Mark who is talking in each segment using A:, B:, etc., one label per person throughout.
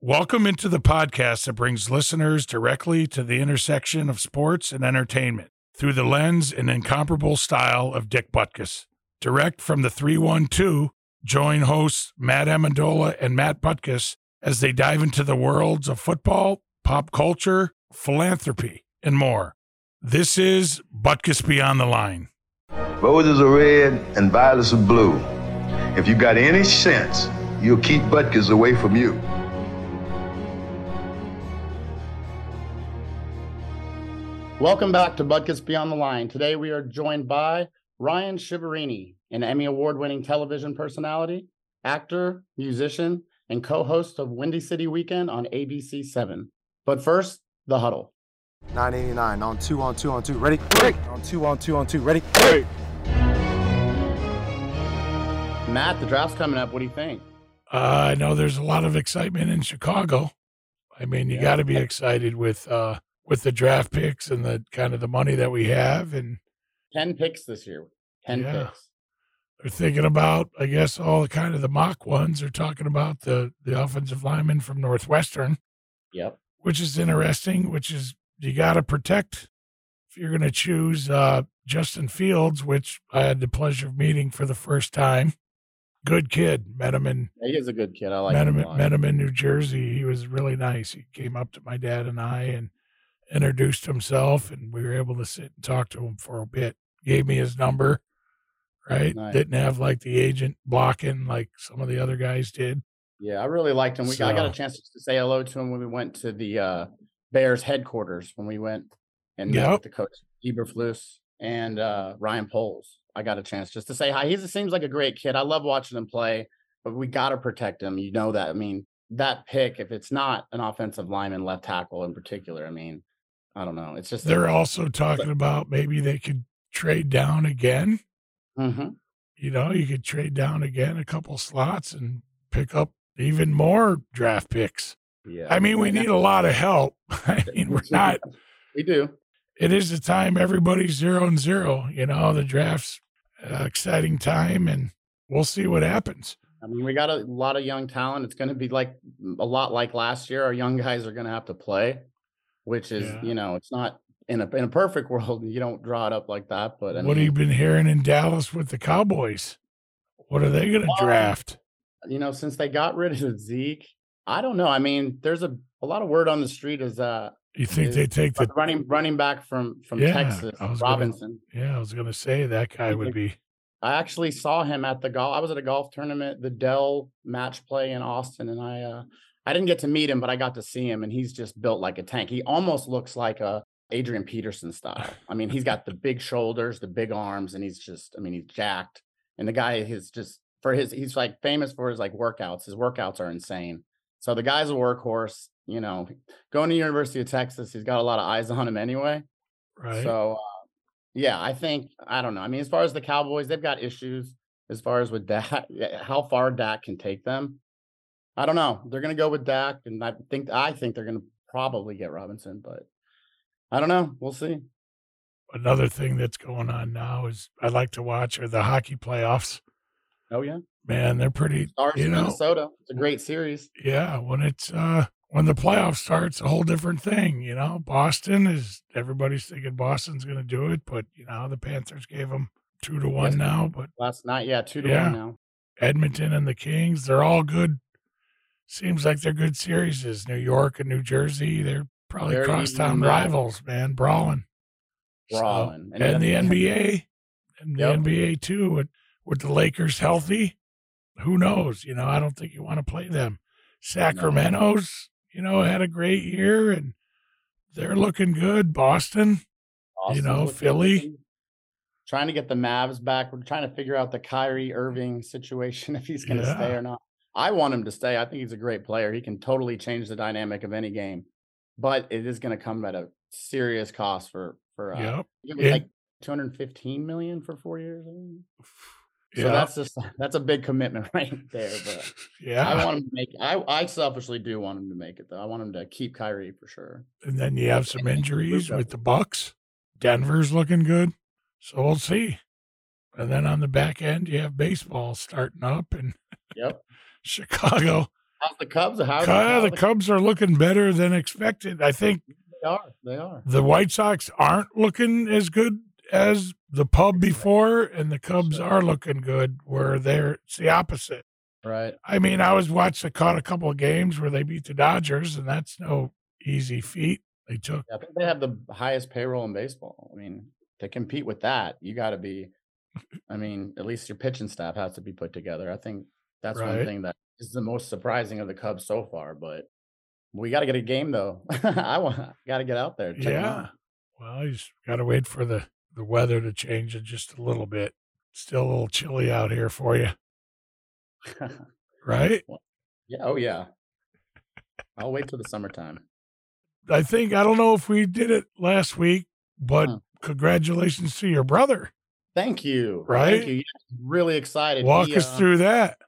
A: Welcome into the podcast that brings listeners directly to the intersection of sports and entertainment through the lens and incomparable style of Dick Butkus. Direct from the 312, join hosts Matt Amendola and Matt Butkus as they dive into the worlds of football, pop culture, philanthropy, and more. This is Butkus Beyond the Line.
B: Roses are red and violets are blue. If you got any sense, you'll keep Butkus away from you.
C: Welcome back to Budkus Beyond the Line. Today we are joined by Ryan Shiverini, an Emmy Award winning television personality, actor, musician, and co host of Windy City Weekend on ABC7. But first, the huddle.
D: 989 on two on two on two. Ready? Ready. On two on two on two. Ready? Ready.
C: Matt, the draft's coming up. What do you think?
A: Uh, I know there's a lot of excitement in Chicago. I mean, you
C: Yeah.
A: got to be excited with uh, with the draft picks and the kind of the money that we have, and
C: 10 picks this year. 10
A: Yeah.
C: picks.
A: they're thinking about, I guess, all the kind of the mock ones. They're talking about the the offensive lineman from Northwestern,
C: Yep.
A: which is interesting. Which is you got to protect if you're going to choose uh, Justin Fields, which I had the pleasure of meeting for the first time. Good kid, met him in
C: He is a good kid. I like
A: met
C: him.
A: him,
C: a
A: at-
C: lot.
A: met him in New Jersey. He was really nice. He came up to my dad and I and introduced himself, and we were able to sit and talk to him for a bit. Gave me his number, right?
C: Nice.
A: Didn't have like the agent blocking like some of the other guys did.
C: Yeah, I really liked him. We, I got
A: So-
C: a chance to say hello to him when we went to the uh, Bears headquarters when we went and met
A: Yep.
C: with the coach Eberflus and uh, Ryan Poles. I got a chance just to say hi. He seems like a great kid. I love watching him play, but we got to protect him. You know that. I mean, that pick, if it's not an offensive lineman, left tackle in particular, I mean, I don't know. It's just
A: They're also talking about maybe they could trade down again.
C: hmm
A: You know, you could trade down again a couple slots and pick up even more draft picks.
C: Yeah.
A: I mean, we
C: right
A: need
C: now-
A: a lot of help. I mean, we're not
C: We do.
A: it is the time everybody's zero and zero. You know, the draft's uh, exciting time, and we'll see what happens.
C: I mean, we got a lot of young talent. It's going to be like a lot like last year. Our young guys are going to have to play, which is,
A: Yeah.
C: you know, it's not in a in a perfect world. You don't draw it up like that, but I
A: what have you
C: mean,
A: been hearing in Dallas with the Cowboys? What are they going to
C: Well,
A: draft?
C: you know, since they got rid of Zeke, I don't know. I mean, there's a, a lot of word on the street is uh
A: You think
C: is-
A: they take the?
C: running running back from from
A: Yeah,
C: Texas,
A: I was gonna-
C: Robinson.
A: Yeah, I was going to say that guy would be.
C: I actually saw him at the golf. I was at a golf tournament, the Dell match play in Austin, and I uh, I didn't get to meet him, but I got to see him, and he's just built like a tank. He almost looks like a Adrian Peterson style. I mean, he's got the big shoulders, the big arms, and he's just I mean, he's jacked. And the guy is just for his he's like famous for his like workouts. His workouts are insane. So the guy's a workhorse. You know, going to University of Texas, he's got a lot of eyes on him anyway.
A: Right.
C: So, uh, yeah, I think I don't know. I mean, as far as the Cowboys, they've got issues as far as with Dak, how far Dak can take them. I don't know. They're going to go with Dak, and I think I think they're going to probably get Robinson, but I don't know. We'll see.
A: Another thing that's going on now is I like to watch are the hockey playoffs.
C: Oh yeah,
A: Man, they're pretty.
C: Stars
A: You
C: in
A: know-
C: Minnesota. It's a great series.
A: Yeah, when it's uh when the playoff starts, a whole different thing. You know, Boston is everybody's thinking Boston's going to do it, but you know the Panthers gave them two to one
C: Yes.
A: now. But
C: Last night, yeah, two to
A: Yeah.
C: one now.
A: Edmonton and the Kings, they're all good. Seems like they're good series. New York and New Jersey, they're probably
C: They're
A: crosstown
C: evenly matched.
A: rivals, man, brawling. So-
C: Brawling.
A: and,
C: And
A: the
C: then-
A: NBA, and the
C: Yep.
A: NBA too. With, with the Lakers healthy, who knows? You know, I don't think you want to play them. Sacramento's, you know, had a great year and they're looking good. Boston,
C: Austin's
A: know,
C: looking
A: Philly.
C: good. Trying to get the Mavs back. We're trying to figure out the Kyrie Irving situation if he's going to stay
A: Yeah.
C: or not. I want him to stay. I think he's a great player. He can totally change the dynamic of any game, but it is going to come at a serious cost for for uh,
A: yep,
C: it was
A: It-
C: like 215 million for four years. I think. So
A: yeah,
C: that's just that's a big commitment right there. But
A: yeah.
C: I want him to make. I I selfishly do want him to make it though. I want him to keep Kyrie for sure.
A: and then you have some
C: and then
A: injuries
C: Luka.
A: with the Bucks. Denver's looking good, so we'll see. And then on the back end, you have baseball starting up, and
C: Yep.
A: Chicago.
C: How's the Cubs? How
A: Kyle, the Cubs are looking better than expected. I think
C: They are. They are.
A: the White Sox aren't looking as good as the pub before, and the Cubs are looking good. Where they're it's the opposite.
C: Right.
A: I mean, I was watched. I caught a couple of games where they beat the Dodgers, and that's no easy feat. They took
C: I think they have the highest payroll in baseball. I mean, to compete with that, you got to be. I mean, at least your pitching staff has to be put together. I think that's
A: Right.
C: one thing that is the most surprising of the Cubs so far. But we got to get a game though. I want got to get out there. check 'em out.
A: Yeah. Well, you just got to wait for the, the weather to change it just a little bit. Still a little chilly out here for you, right?
C: yeah. Oh yeah. I'll wait till the summertime.
A: I think, I don't know if we did it last week, but
C: Huh.
A: congratulations to your brother.
C: Thank you.
A: Right?
C: Thank you. Yeah, really excited.
A: Walk
C: He,
A: us
C: uh,
A: through that.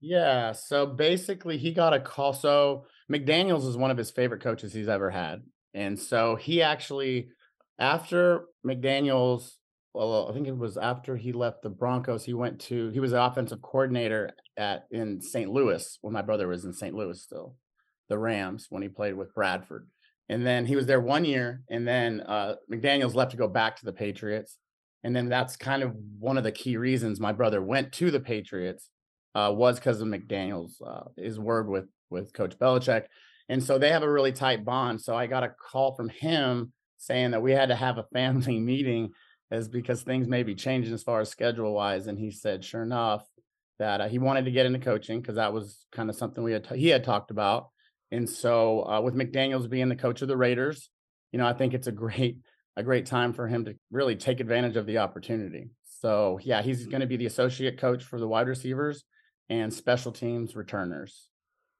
C: Yeah. So basically, he got a call. So McDaniels is one of his favorite coaches he's ever had. And so he actually, after McDaniels, well, I think it was after he left the Broncos, he went to, he was the offensive coordinator at in St. Louis when my brother was in St. Louis still, the Rams, when he played with Bradford. And then he was there one year, and then uh, McDaniels left to go back to the Patriots. And then that's kind of one of the key reasons my brother went to the Patriots uh, was because of McDaniel's uh, his word with with Coach Belichick, and so they have a really tight bond. So I got a call from him saying that we had to have a family meeting, is because things may be changing as far as schedule wise. And he said, sure enough, that uh, he wanted to get into coaching because that was kind of something we had he had talked about. And so uh, with McDaniel's being the coach of the Raiders, you know, I think it's a great a great time for him to really take advantage of the opportunity. So yeah, he's going to be the associate coach for the wide receivers and special teams returners.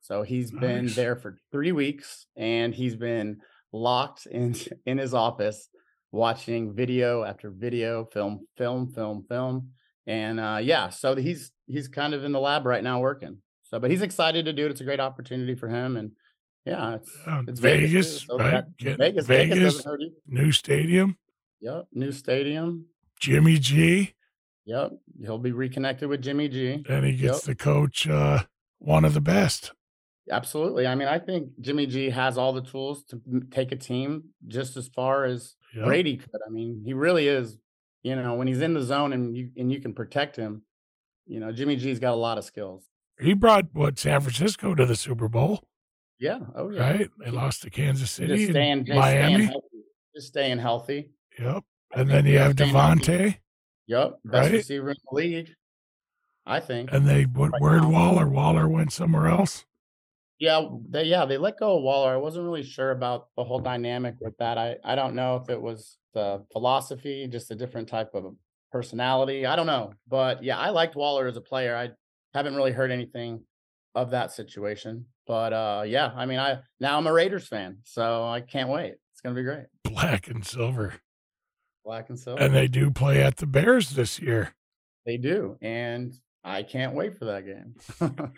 C: So he's been
A: Nice.
C: there for three weeks and he's been locked in in his office watching video after video, film, film, film, film. And uh yeah, so he's he's kind of in the lab right now working. So but he's excited to do it. It's a great opportunity for him. And yeah, it's
A: Uh,
C: it's Vegas,
A: Vegas,
C: too, so
A: right?
C: that-
A: Get
C: Vegas, Vegas,
A: Vegas
C: doesn't hurt you.
A: new stadium.
C: Yep. New stadium.
A: Jimmy G,
C: Yep. He'll be reconnected with Jimmy G.
A: and he gets
C: Yep.
A: to coach uh, one of the best.
C: Absolutely. I mean, I think Jimmy G has all the tools to m- take a team just as far as
A: Yep.
C: Brady could. I mean, he really is. You know, when he's in the zone and you and you can protect him, you know, Jimmy G's got a lot of skills.
A: He brought what San Francisco to the Super Bowl,
C: Yeah. Oh yeah.
A: right? They lost to Kansas
C: Just
A: City, and
C: staying, just
A: Miami.
C: staying healthy. Just staying healthy.
A: Yep.
C: I
A: And
C: think
A: then you have
C: staying healthy.
A: Devontae,
C: Yep. Best
A: right?
C: receiver in the league. I think.
A: and they went
C: Right
A: word
C: now.
A: Waller. Waller went somewhere else.
C: Yeah, they yeah, they let go of Waller. I wasn't really sure about the whole dynamic with that. I I don't know if it was the philosophy, just a different type of personality. I don't know. But yeah, I liked Waller as a player. I haven't really heard anything of that situation. But uh yeah, I mean I now I'm a Raiders fan, so I can't wait. It's gonna be great.
A: Black and silver.
C: Black and silver.
A: And they do play at the Bears this year.
C: They do, and I can't wait for that game.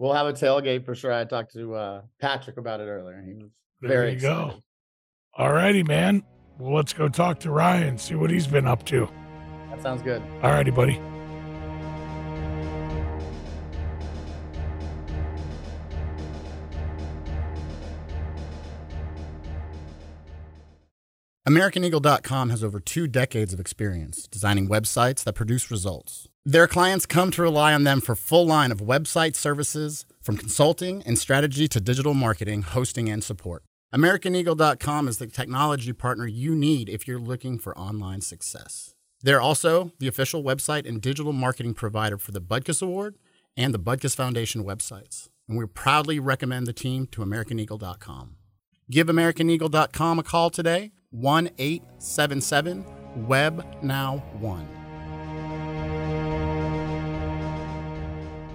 C: we'll have a tailgate for sure. I talked to uh Patrick about it earlier. He was
A: There
C: very
A: you
C: excited.
A: go. All righty, man. Well, let's go talk to Ryan, see what he's been up to.
C: That sounds good.
A: All righty, buddy.
C: AmericanEagle.com has over two decades of experience designing websites that produce results. Their clients come to rely on them for full line of website services, from consulting and strategy to digital marketing, hosting, and support. AmericanEagle.com is the technology partner you need if you're looking for online success. They're also the official website and digital marketing provider for the Budkus Award and the Budkus Foundation websites. And we proudly recommend the team to AmericanEagle.com. Give AmericanEagle.com a call today, 1 877 Web Now 1.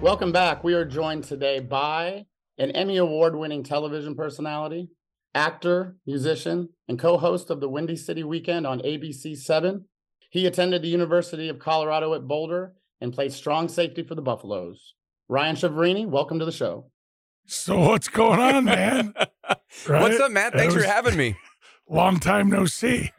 C: Welcome back. We are joined today by an Emmy Award winning television personality, actor, musician, and co host of the Windy City Weekend on ABC 7. He attended the University of Colorado at Boulder and played strong safety for the Buffaloes. Ryan Shiverini, welcome to the show.
A: So, what's going on, man? Right?
E: What's up, Matt? Thanks
A: It was
E: for having me.
A: Long time no see. Seeing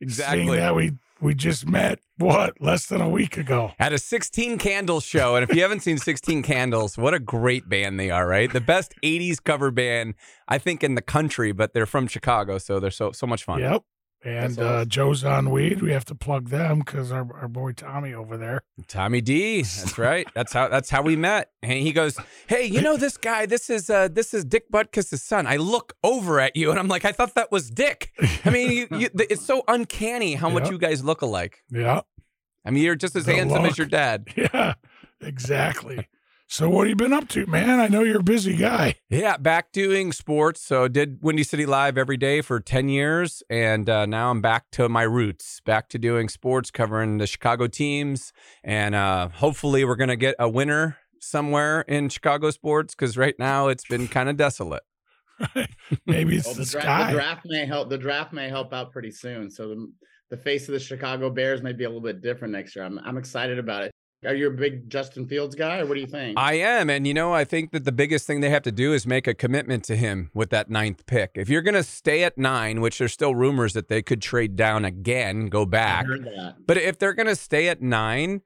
E: Exactly.
A: that we We just met, what, less than a week ago.
E: At a 16 Candles show. And if you haven't seen 16 Candles, what a great band they are, right? The best 80s cover band, I think, in the country, but they're from Chicago. So they're so, so much fun.
A: Yep. And
C: That's
A: uh,
C: awesome.
A: Joe's on weed. We have to plug them because our, our boy Tommy over there.
E: Tommy D. That's right. That's how that's how we met. And he goes, "Hey, you know this guy? This is uh, this is Dick Butkus' son." I look over at you, and I'm like, "I thought that was Dick." I mean, you, you, th- it's so uncanny how much
A: Yeah.
E: you guys look alike.
A: Yeah.
E: I mean, you're just as
A: The
E: handsome
A: look.
E: as your dad.
A: Yeah. Exactly. so, what have you been up to, man? I know you're a busy guy.
E: Yeah, back doing sports. So did Windy City Live every day for ten years, and uh, now I'm back to my roots, back to doing sports, covering the Chicago teams, and uh, hopefully we're gonna get a winner somewhere in Chicago sports because right now it's been kind of desolate.
A: Maybe it's
C: Well,
A: the
C: the, dra-
A: sky.
C: the draft may help. The draft may help out pretty soon. So the, the face of the Chicago Bears may be a little bit different next year. I'm I'm excited about it. Are you a big Justin Fields guy, or what do you think?
E: I am. And, you know, I think that the biggest thing they have to do is make a commitment to him with that ninth pick. If you're going to stay at nine, which there's still rumors that they could trade down again, go
C: I
E: back.
C: heard that.
E: But if they're going to stay at nine,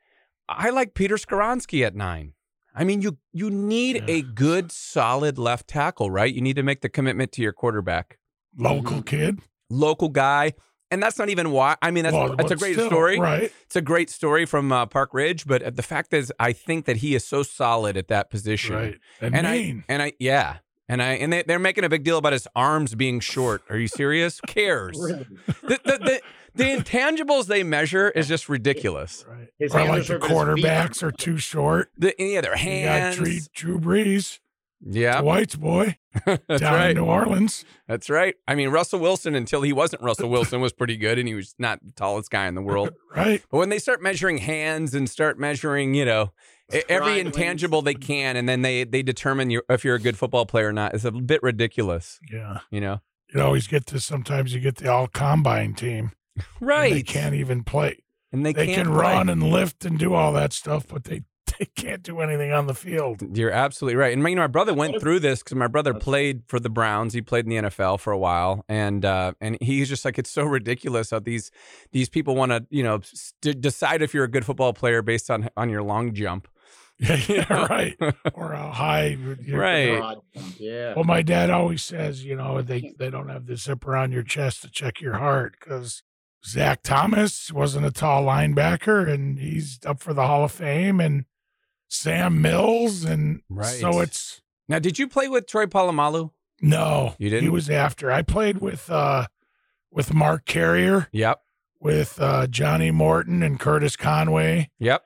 E: I like Peter Skoronsky at nine. I mean, you you need
A: Yeah.
E: a good, solid left tackle, right? You need to make the commitment to your quarterback,
A: Local kid.
E: local guy. And that's not even why. I mean, that's,
A: Well,
E: that's a
A: but
E: great
A: still,
E: story
A: Right.
E: it's a great story from uh, Park Ridge, but the fact is, I think that he is so solid at that position.
A: Right. And,
E: And
A: mean.
E: I and I yeah, and I and they, they're making a big deal about his arms being short. Are you serious? Who Cares. the,
C: Really?
E: the, the, the intangibles they measure is just ridiculous.
A: right.
C: His
A: Or
C: hands
A: like
C: are
A: the
C: sort of his feet.
A: quarterbacks are too short.
E: The, any other
A: You got Drew,
E: hands?
A: Drew Brees,
E: Yeah,
A: White's boy,
E: that's
A: down
E: right.
A: in New Orleans.
E: That's right. I mean, Russell Wilson until he wasn't Russell Wilson was pretty good, and he was not the tallest guy in the world.
A: Right.
E: But when they start measuring hands and start measuring, you know, e-
C: Stride
E: every
C: length.
E: intangible they can, and then they they determine you if you're a good football player or not, it's a bit ridiculous,
A: Yeah.
E: you know.
A: You always get this. Sometimes you get the all combine team.
E: Right.
A: And they can't even play.
E: And they,
A: they
E: can't
A: can
E: play.
A: run and lift and do all that stuff, but they they can't do anything on the field.
E: You're absolutely right. And you know, my brother went through this because my brother
C: That's-
E: played for the Browns. He played in the NFL for a while, and uh, and he's just like, it's so ridiculous how these these people want to, you know, st- decide if you're a good football player based on on your long jump.
A: Yeah, yeah, right. or a high. you're-
E: Right.
C: Broad jump, Yeah.
A: Well, Oh my dad always says, you know, they they don't have the zipper on your chest to check your heart because Zach Thomas wasn't a tall linebacker, and he's up for the Hall of Fame, and Sam Mills, and
E: Right.
A: so it's
E: Now, did you play with Troy Polamalu?
A: no.
E: You didn't?
A: He was after. I played with uh with Mark Carrier,
E: Yep.
A: with uh Johnny Morton and Curtis Conway.
E: Yep.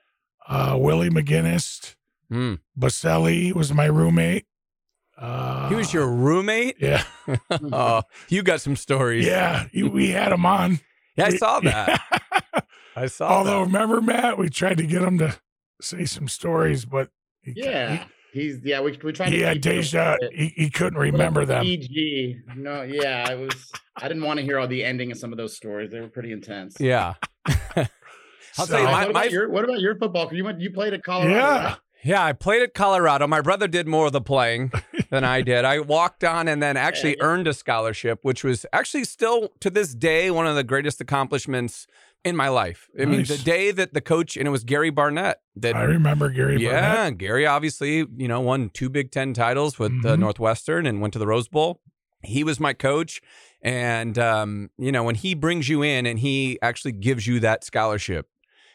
A: uh, Willie McGinnis.
E: Hmm.
A: Baselli was my roommate. Uh,
E: He was your roommate?
A: yeah,
E: oh, you got some stories.
A: yeah. he- we had him on.
E: Yeah, I
A: We-
E: saw that. I saw
A: Although
E: that.
A: remember Matt, we tried to get him to say some stories, but he,
C: yeah. He's yeah. We we
A: he,
C: tried.
A: he
C: to
A: had
C: keep it a little
A: deja.
C: bit-
A: He, he couldn't
C: little
A: remember them.
C: PG. No. Yeah. I was. I didn't want to hear all the ending of some of those stories. They were pretty intense.
E: Yeah. I'll tell
A: So-
E: you, my-
C: what, about
E: my-
C: your, what about your football? 'Cause You went. You played at Colorado.
A: yeah,
C: right?
E: Yeah, I played at Colorado. My brother did more of the playing than I did. I walked on and then actually
C: yeah.
E: earned a scholarship, which was actually still to this day one of the greatest accomplishments in my life. I mean,
A: Nice.
E: the day that the coach and it was Gary Barnett that
A: I remember Gary.
E: yeah,
A: Burnett.
E: Gary obviously, you know, won two Big Ten titles with uh,
A: Mhm.
E: Northwestern and went to the Rose Bowl. He was my coach. And, um, you know, when he brings you in and he actually gives you that scholarship.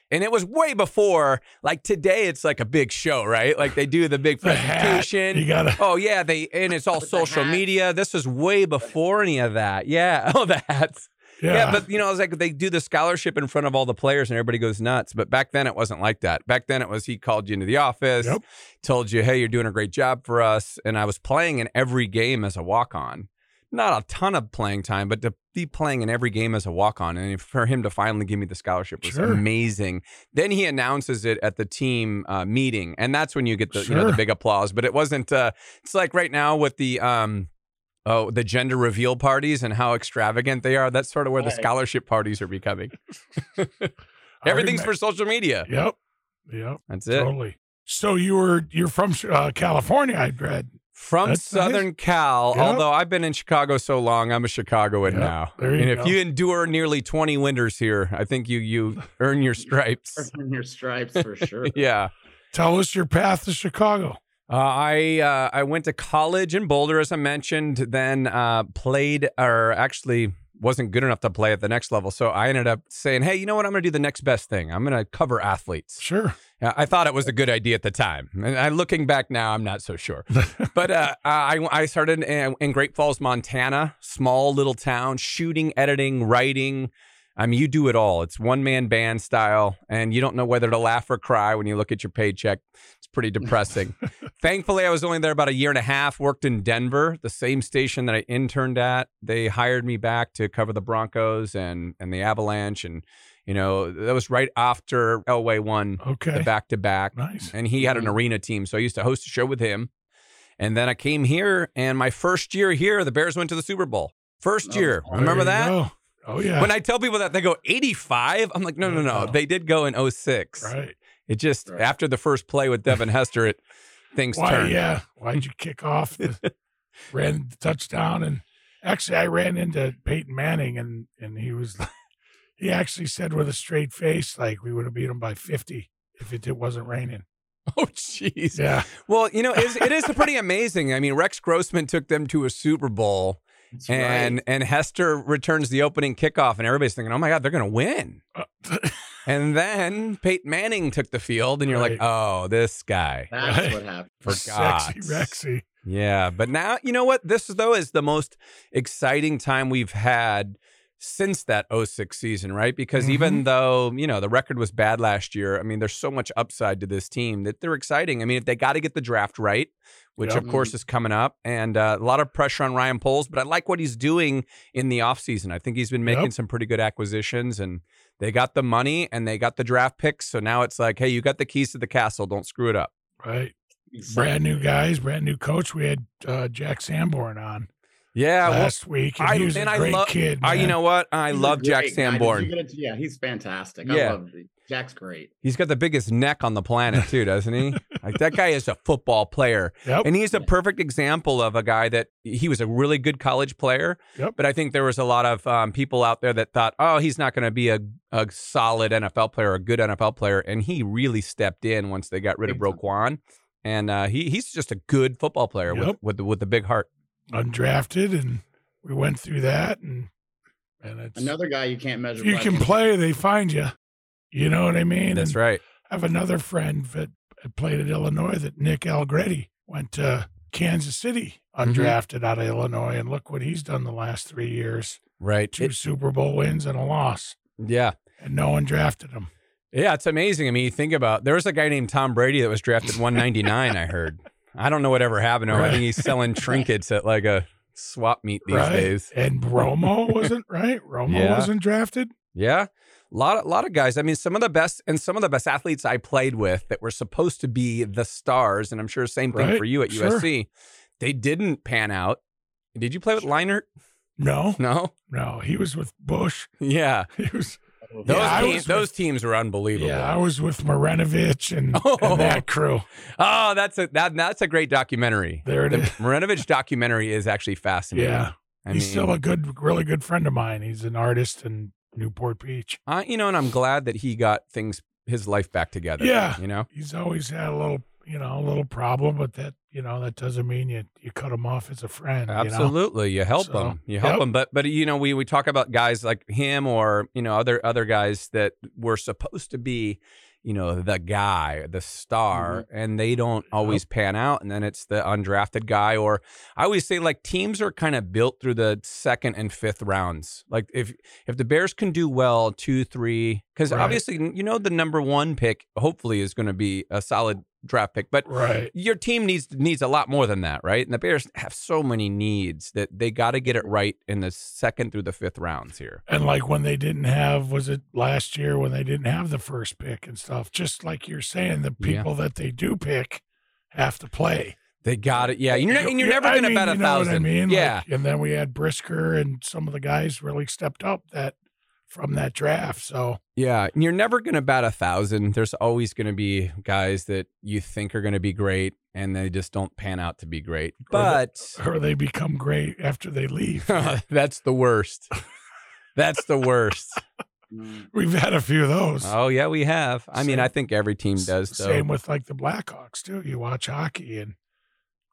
E: And it was way before, like today, it's like a big show, right? Like they do the big
A: The hat.
E: presentation.
A: You gotta.
E: Oh yeah, they and it's all
C: With the
E: social
C: hat.
E: media. This was way before any of that. Yeah. Oh, the hats.
A: Yeah,
E: Yeah. but you know, I was like, they do the scholarship in front of all the players, and everybody goes nuts. But back then, it wasn't like that. Back then, it was he called you into the office,
A: Yep.
E: told you, "Hey, you're doing a great job for us," and I was playing in every game as a walk on. Not a ton of playing time, but to be playing in every game as a walk on, and for him to finally give me the scholarship was
A: Sure.
E: amazing. Then he announces it at the team uh, meeting, and that's when you get the you know the
A: Sure.
E: big applause. But it wasn't. Uh, it's like right now with the um, Oh, the gender reveal parties and how extravagant they are. That's sort of where the
C: Right.
E: scholarship parties are becoming.
A: I
E: Everything's
A: remem-
E: for social media.
A: Yep, yep,
E: That's it.
A: totally. So you were you're from uh, California, I read.
E: From
A: That's nice.
E: Southern Cal,
A: Yep.
E: although I've been in Chicago so long, I'm a Chicagoan
A: Yep,
E: now.
A: there you
E: and if
A: go.
E: you endure nearly 20 winters here, I think you you earn your stripes.
C: Earn your stripes for sure.
E: yeah.
A: Tell us your path to Chicago.
E: Uh, I uh, I went to college in Boulder, as I mentioned. Then uh, played, or actually wasn't good enough to play at the next level. So I ended up saying, "Hey, you know what? I'm going to do the next best thing. I'm going to cover athletes."
A: Sure.
E: Uh, I thought it was a good idea at the time, and I, looking back now, I'm not so sure. but uh, I I started in, in Great Falls, Montana, small little town, shooting, editing, writing. I mean, you do it all. It's one man band style, and you don't know whether to laugh or cry when you look at your paycheck. It's pretty depressing. Thankfully, I was only there about a year and a half. Worked in Denver, the same station that I interned at. They hired me back to cover the Broncos and and the Avalanche, and you know that was right after Elway won
A: Okay.
E: the back to back.
A: Nice.
E: And he had an
A: Mm-hmm.
C: Mhm.
E: arena team. So I used to host a show with him. And then I came here, and my first year here, the Bears went to the Super Bowl. First
C: Oh,
E: year.
C: there
E: Remember
A: There you
E: that?
A: go. Oh yeah.
E: When I tell people that, they go, 85? I'm like, no, no, no.
A: No.
E: They did go in 06.
A: right.
E: It just,
C: Right.
E: after the first play with Devin Hester, it things
A: Why?
E: turned.
A: Yeah. Why'd you kick off? The, ran the touchdown, and actually, I ran into Peyton Manning, and and he was, he actually said with a straight face, like we would have beat him by fifty if it, it wasn't raining.
E: Oh, jeez.
A: Yeah.
E: Well, you know, it is, it is pretty amazing. I mean, Rex Grossman took them to a Super Bowl,
C: That's right.
E: and, and Hester returns the opening kickoff, and everybody's thinking, oh my God, they're going to win.
A: Uh,
E: And then Peyton Manning took the field, and you're like,
A: Right.
E: oh, this guy.
C: that's
A: Right.
C: what happened.
E: Forgot.
A: Sexy Rexy.
E: Yeah. But now, you know what? This, though, is the most exciting time we've had since that 06 season, right? Because even though, you know, the record was bad last year, I mean, there's so much upside to this team that they're exciting. I mean, if they got to get the draft right, which
A: Yeah.
E: of course is coming up, and uh, a lot of pressure on Ryan Poles, but I like what he's doing in the offseason. I think he's been making
A: Yep.
E: some pretty good acquisitions and they got the money and they got the draft picks. So now it's like, hey, you got the keys to the castle. Don't screw it up.
A: Right.
C: Exactly.
A: Brand new guys, brand new coach. We had uh, Jack Sanborn on
E: Yeah. well,
A: last week, and
E: I-
A: he was a
E: and I
A: great
E: love-
A: kid.
E: I, you
A: man.
E: know what? I
C: He's a
E: love Jack
C: great guy. Did you
E: Sanborn.
C: get it? Yeah, he's fantastic.
E: Yeah.
C: I love Jack's great.
E: He's got the biggest neck on the planet, too, doesn't he? like that guy is a football player.
C: Oh,
A: Yep.
E: And he's a perfect example of a guy that he was a really good college player.
A: Yep.
E: But I think there was a lot of um, people out there that thought, oh, he's not going to be a, a solid NFL player, a good NFL player. And he really stepped in once they got rid of
C: Big time.
E: Roquan. And uh, he, he's just a good football player with,
A: Yep.
E: with, the, with the big heart.
A: undrafted, and we went through that, and and it's
C: Another guy you can't measure.
A: if you
C: by
A: can
C: him.
A: play, they find you. You know what I mean?
E: That's
A: And
E: right.
A: I have another friend that that played at Illinois that Nick Algretti went to Kansas City
E: Mm-hmm.
A: undrafted out of Illinois, and look what he's done the last three years:
E: Right.
A: two Super Bowl wins and a loss,
E: yeah.
A: and no one drafted him.
E: Yeah, it's amazing. I mean, you think about there was a guy named Tom Brady that was drafted 199. I heard. I don't know what ever happened to him. I
A: Right.
E: think he's selling trinkets at like a swap meet these
A: right?
E: days.
A: And Romo wasn't right. Romo
E: Yeah.
A: wasn't drafted.
E: Yeah, a lot, a lot of guys. I mean, some of the best and some of the best athletes I played with that were supposed to be the stars, and I'm sure same thing
A: Right,
E: for you at
A: sure.
E: USC. They didn't pan out. Did you play with Leinert?
A: No,
E: No.
A: no, he was with Bush.
E: Yeah,
A: He was
E: those
A: Yeah, I
E: teams,
A: was with-
E: those teams were unbelievable.
A: Yeah, I was with Marinovich and,
E: Oh.
A: and that crew.
E: Oh, that's a that, that's a great documentary.
A: There it
E: the
A: is.
E: Marinovich documentary is actually fascinating.
A: Yeah.
E: I
A: He's
E: mean,
A: still a good, really good friend of mine. He's an artist in Newport Beach.
E: I, you know, and I'm glad that he got things, his life back together.
A: Yeah.
E: You know?
A: He's always had a little, you know, a little problem, but that, you know, that doesn't mean you, you cut him off as a friend. You know?
E: Absolutely. You help
A: So,
E: him. You help
A: yep.
E: him. But, but, you know, we, we talk about guys like him or, you know, other, other guys that were supposed to be, you know, the guy, the star,
A: Mm-hmm.
E: and they don't always pan out. And then it's the undrafted guy. Or I always say like teams are kind of built through the second and fifth rounds. Like if, if the Bears can do well, two, three, because
A: Right.
E: obviously, you know, the number one pick hopefully is going to be a solid draft pick, but
A: Right.
E: your team needs needs a lot more than that, right? And the Bears have so many needs that they got to get it right in the second through the fifth rounds here.
A: And like when they didn't have, was it last year when they didn't have the first pick and stuff? Just like you're saying, the
E: Yeah.
A: people that they do pick have to play.
E: They got it. Yeah, you're not, and you're
A: Yeah,
E: never
A: Eh, I
E: going to
A: mean,
E: bet a
A: you know what
E: thousand.
A: I mean? Like,
E: yeah,
A: and then we had Brisker and some of the guys really stepped up that from that draft. So
E: yeah. And you're never going to bat a thousand. There's always going to be guys that you think are going to be great, and they just don't pan out to be great. But
A: or they become great after they leave.
E: that's the worst. That's the worst.
C: Mm.
A: We've had a few of those.
E: Oh yeah, we have. I mean,
A: Same-
E: I think every team does though.
A: Same with like the Blackhawks too. You watch hockey and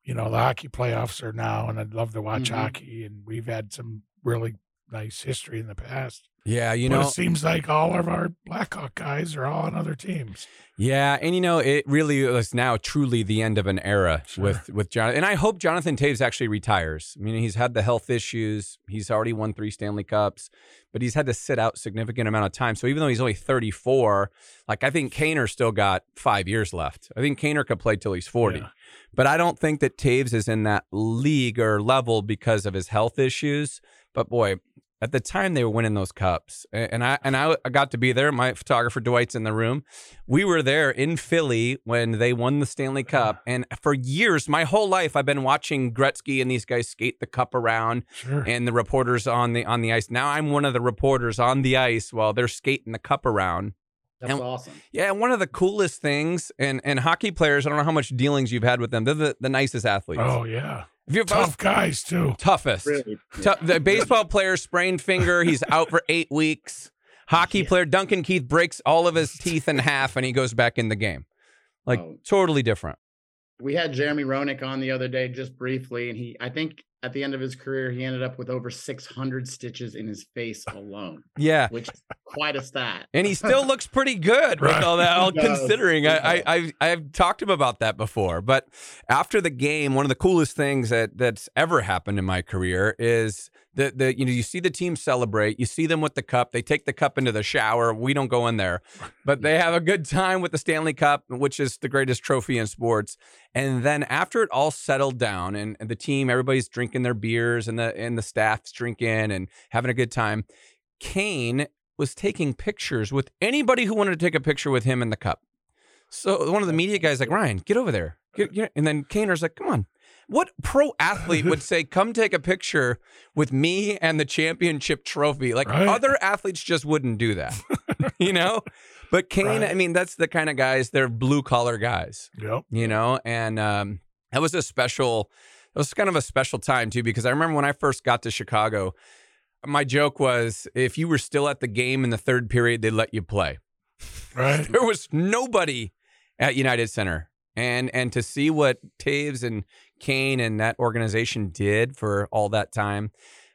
A: you know the hockey playoffs are now, and I'd love to watch
C: Mhm.
A: hockey. And we've had some really nice history in the past.
E: yeah, you
A: but
E: know.
A: it seems like all of our Blackhawk guys are all on other teams.
E: Yeah, and you know, it really is now truly the end of an era
A: Sure.
E: with with Jonathan. And I hope Jonathan Taves actually retires. I mean, he's had the health issues. He's already won three Stanley Cups, but he's had to sit out significant amount of time. So even though he's only 34, like I think Kaner still got five years left. I think Kaner could play till he's 40.
A: Yeah.
E: But I don't think that Taves is in that league or level because of his health issues. But boy, at the time they were winning those cups, A- and I and I I got to be there. My photographer Dwight's in the room. We were there in Philly when they won the Stanley Cup, and for years, my whole life, I've been watching Gretzky and these guys skate the cup around
A: Sure.
E: and the reporters on the on the ice. Now I'm one of the reporters on the ice while they're skating the cup around.
C: That's
E: And-
C: awesome.
E: Yeah, and one of the coolest things, and and hockey players, I don't know how much dealings you've had with them. They're the, the nicest athletes.
A: oh yeah,
E: if you're
A: tough guys too.
E: toughest,
C: Really.
E: Tou- the baseball player sprained finger, he's out for eight weeks. Hockey player Duncan Keith breaks all of his teeth in half, and he goes back in the game. Like
C: Oh.
E: totally different.
C: we had Jeremy Roenick on the other day just briefly, and he I think at the end of his career he ended up with over 600 stitches in his face alone,
E: Yeah.
C: which is quite a stat.
E: And he still looks pretty good
A: Right.
E: with all that. All
C: He does.
E: considering,
C: He
E: I, I,
C: does.
E: I've, I've talked to him about that before. But after the game, one of the coolest things that that's ever happened in my career is the the you know you see the team celebrate, you see them with the cup, they take the cup into the shower. We don't go in there, but they have a good time with the Stanley Cup, which is the greatest trophy in sports. And then after it all settled down, and, and the team, everybody's drinking their beers, and the and the staff's drinking and having a good time. Kane was taking pictures with anybody who wanted to take a picture with him in the cup. So one of the media guys like Ryan, get over there. Get- get-" And then Kaner's like, come on. What pro athlete would say, come take a picture with me and the championship trophy? Like
A: Right.
E: other athletes just wouldn't do that, you know? But Kane,
A: Right.
E: I mean, that's the kind of guys, they're blue collar guys
A: Yep.
E: you know and um that was a special it was kind of a special time too because i remember when i first got to chicago my joke was if you were still at the game in the third period they'd let you play
A: Right.
E: there was nobody at united center and and to see what taves and kane and that organization did for all that time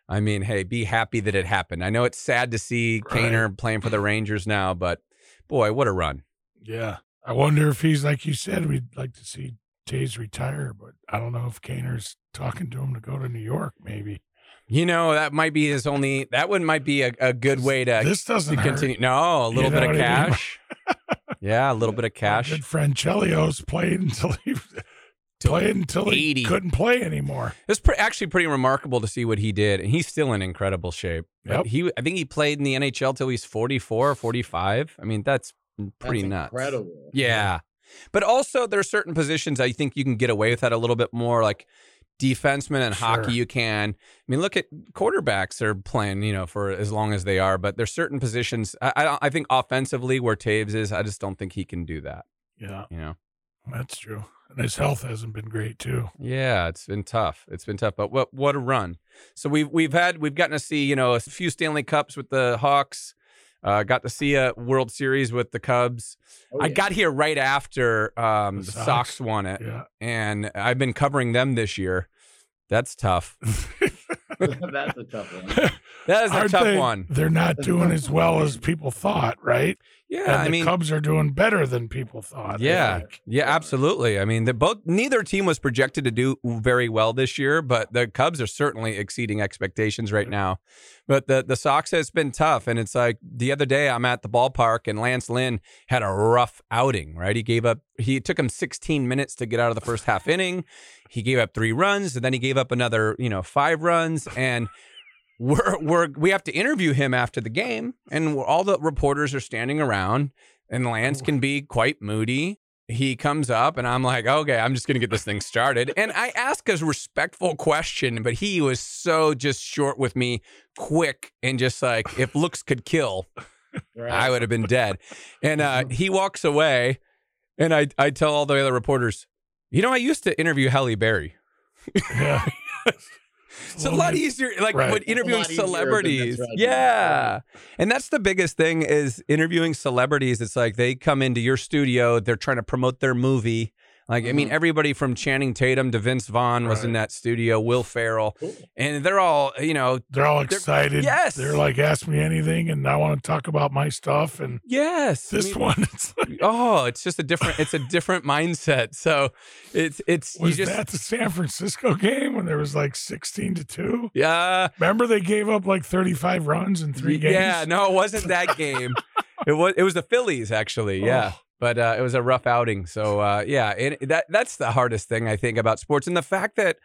E: i mean hey be happy that it happened i know it's sad to see
A: Right.
E: kaner playing for the rangers now but boy what a run
A: Yeah. I wonder if he's like you said, we'd like to see Taves retire, but I don't know if Kaner's talking to him to go to New York, maybe.
E: You know, that might be his only. That one might be a, a good way to,
A: this
E: to
A: doesn't hurt.
E: continue. No, a
A: You
E: little
A: know
E: bit of
A: what I mean?
E: cash. yeah, a little bit of
A: My
E: cash.
A: Good friend Chelio's played until he played until he
E: 80.
A: couldn't play anymore.
E: It's pre- actually pretty remarkable to see what he did, and he's still in incredible shape. But
A: Yep.
E: He, I think he played in the NHL till he's 44 45. I mean, that's
C: That's
E: pretty nuts.
C: incredible.
E: Yeah. But also there are certain positions I think you can get away with that a little bit more like defensemen and hockey
A: Sure.
E: you can. I mean, look at quarterbacks are playing, you know, for as long as they are, but there's certain positions I I, don't- I think offensively where Taves is, I just don't think he can do that,
A: Yeah,
E: you know.
A: that's true. And his health hasn't been great too.
E: Yeah, it's been tough. It's been tough, but what what a run! So we've we've had we've gotten to see you know a few Stanley Cups with the Hawks. Uh, got to see a World Series with the Cubs.
C: Oh,
E: I
C: yeah.
E: got here right after um,
A: The
E: the
A: Sox.
E: Sox won it,
A: Yeah.
E: and I've been covering them this year. That's tough.
C: that's a tough one.
E: That is a
A: Aren't
E: tough
A: they-
E: one.
A: They're not doing as well as people thought, right?
E: Yeah,
A: and
E: I
A: the
E: mean,
A: Cubs are doing better than people thought. I
E: yeah,
A: think.
E: yeah, absolutely. I mean, the both neither team was projected to do very well this year, but the Cubs are certainly exceeding expectations right now. But the the Sox has been tough, and it's like the other day I'm at the ballpark, and Lance Lynn had a rough outing. Right, he gave up. He took him 16 minutes to get out of the first half inning. He gave up three runs, and then he gave up another, you know, five runs, and we're, we're we have to interview him after the game, and we're, all the reporters are standing around, and Lance can be quite moody. He comes up, and I'm like, okay, I'm just gonna get this thing started. And I ask a respectful question, but he was so just short with me, quick, and just like, if looks could kill, I
C: Right.
E: would have been dead. And uh, he walks away, and I I tell all the other reporters, You know, I used to interview Halle Berry.
A: Yeah.
E: It's a lot easier, like
A: Right.
E: when interviewing
C: It's a lot easier than
E: celebrities.
C: this right now.
E: yeah, and that's the biggest thing is interviewing celebrities. It's like they come into your studio, they're trying to promote their movie. Like I
C: Mm-hmm.
E: mean, everybody from Channing Tatum to Vince Vaughn was in
A: Right.
E: that studio. Will Ferrell,
C: Cool.
E: and they're all you know.
A: They're all
E: They're-
A: excited.
E: yes.
A: They're like, ask me anything, and I want to talk about my stuff. And
E: Yes, I
A: this
E: mean,
A: one, it's like,
E: oh, it's just a different. It's a different mindset. So it's it's
A: was
E: you just
A: that the San Francisco game when there was like 16 to 2?
E: yeah.
A: Remember they gave up like 35 runs in three games?
E: Yeah, no, it wasn't that game. it was it was the Phillies actually. Yeah.
A: Oh.
E: But uh, it was a rough outing. So uh, yeah, and that that's the hardest thing I think about sports, and the fact that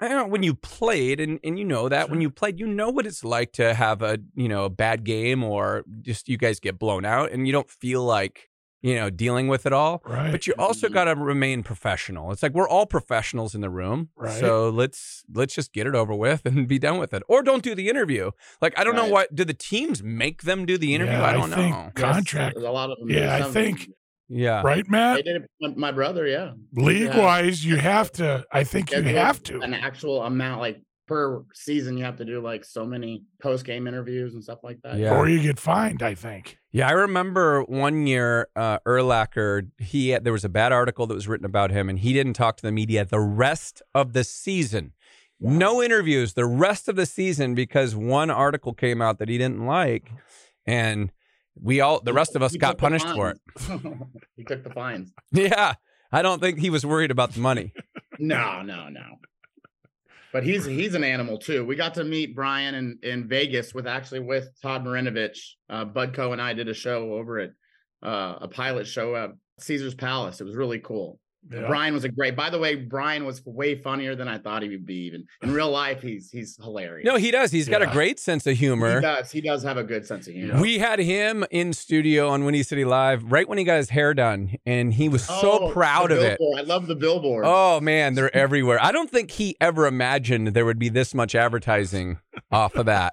E: I don't know when you played, and, and you know that when you played, you know what it's like to have a you know a bad game or just you guys get blown out, and you don't feel like you know dealing with it all.
A: Right.
E: But you also got to remain professional. It's like we're all professionals in the room,
A: Right.
E: so let's let's just get it over with and be done with it, or don't do the interview. Like I don't know
C: Right.
E: what do the teams make them do the interview?
A: Yeah,
E: I don't
A: think
E: know.
A: Contract.
C: There's A lot of them.
A: Yeah, I
C: Some-
A: think,
E: Yeah,
A: right,
E: uh
C: they
A: Matt?
C: did it. my- My brother, yeah,
A: League wise, you have to, I think you
C: Schedule
A: have to.
C: an actual amount like per season. You have to do like so many post game interviews and stuff like that.
E: Yeah.
A: Or you get fined, I think.
E: yeah. I remember one year uh, Erlacher. He had, there was a bad article that was written about him, and he didn't talk to the media the rest of the season. No interviews the rest of the season because one article came out that he didn't like, and we all the rest of us
C: He
E: got
C: took the
E: punished for it.
C: fines. he took the fines.
E: Yeah. I don't think he was worried about the money.
C: No, no, no. But he's he's an animal too. We got to meet Brian in, in Vegas with actually with Todd Marinovich. Uh, Budko and I did a show over at uh, a pilot show at Caesar's Palace. It was really cool.
A: Yeah.
C: Brian was a great. By the way, Brian was way funnier than I thought he would be. Even in real life, he's he's hilarious.
E: No, he does. He's got a
A: Yeah.
E: great sense of humor.
C: he does. He does have a good sense of humor.
E: We had him in studio on Winnie City Live right when he got his hair done, and he was
C: Oh,
E: so
C: the
E: proud of it.
C: billboard. I love the billboard.
E: Oh man, they're everywhere. I don't think he ever imagined there would be this much advertising off of that.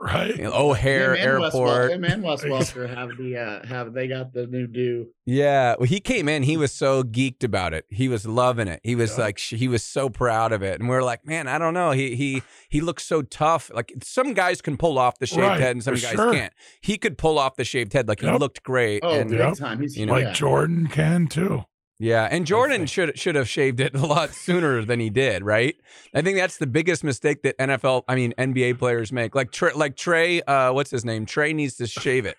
A: Right?
E: You know, O'Hare
C: Him and Wes Wel-
E: Airport.
C: him and Wes Welker have the uh, have they got the new do.
E: Yeah, well, he came in. He was so geeked about it. He was loving it. He was
A: Mm-hmm. Yeah.
E: like, sh- he was so proud of it. And we were like, man, I don't know. He he he looks so tough. Like some guys can pull off the shaved
A: Right,
E: head, and some
A: for
E: guys
A: sure.
E: can't. He could pull off the shaved head. Like he
A: Yep.
E: looked great.
C: Oh,
E: and,
C: big
A: Yep.
C: time. He's
E: You know,
A: Like
C: yeah.
A: Jordan can too.
E: Yeah, and Jordan should should have shaved it a lot sooner than he did, right? I think that's the biggest mistake that NFL, I mean NBA players make. Like Trey, like Trey, uh, what's his name? Trey needs to shave it.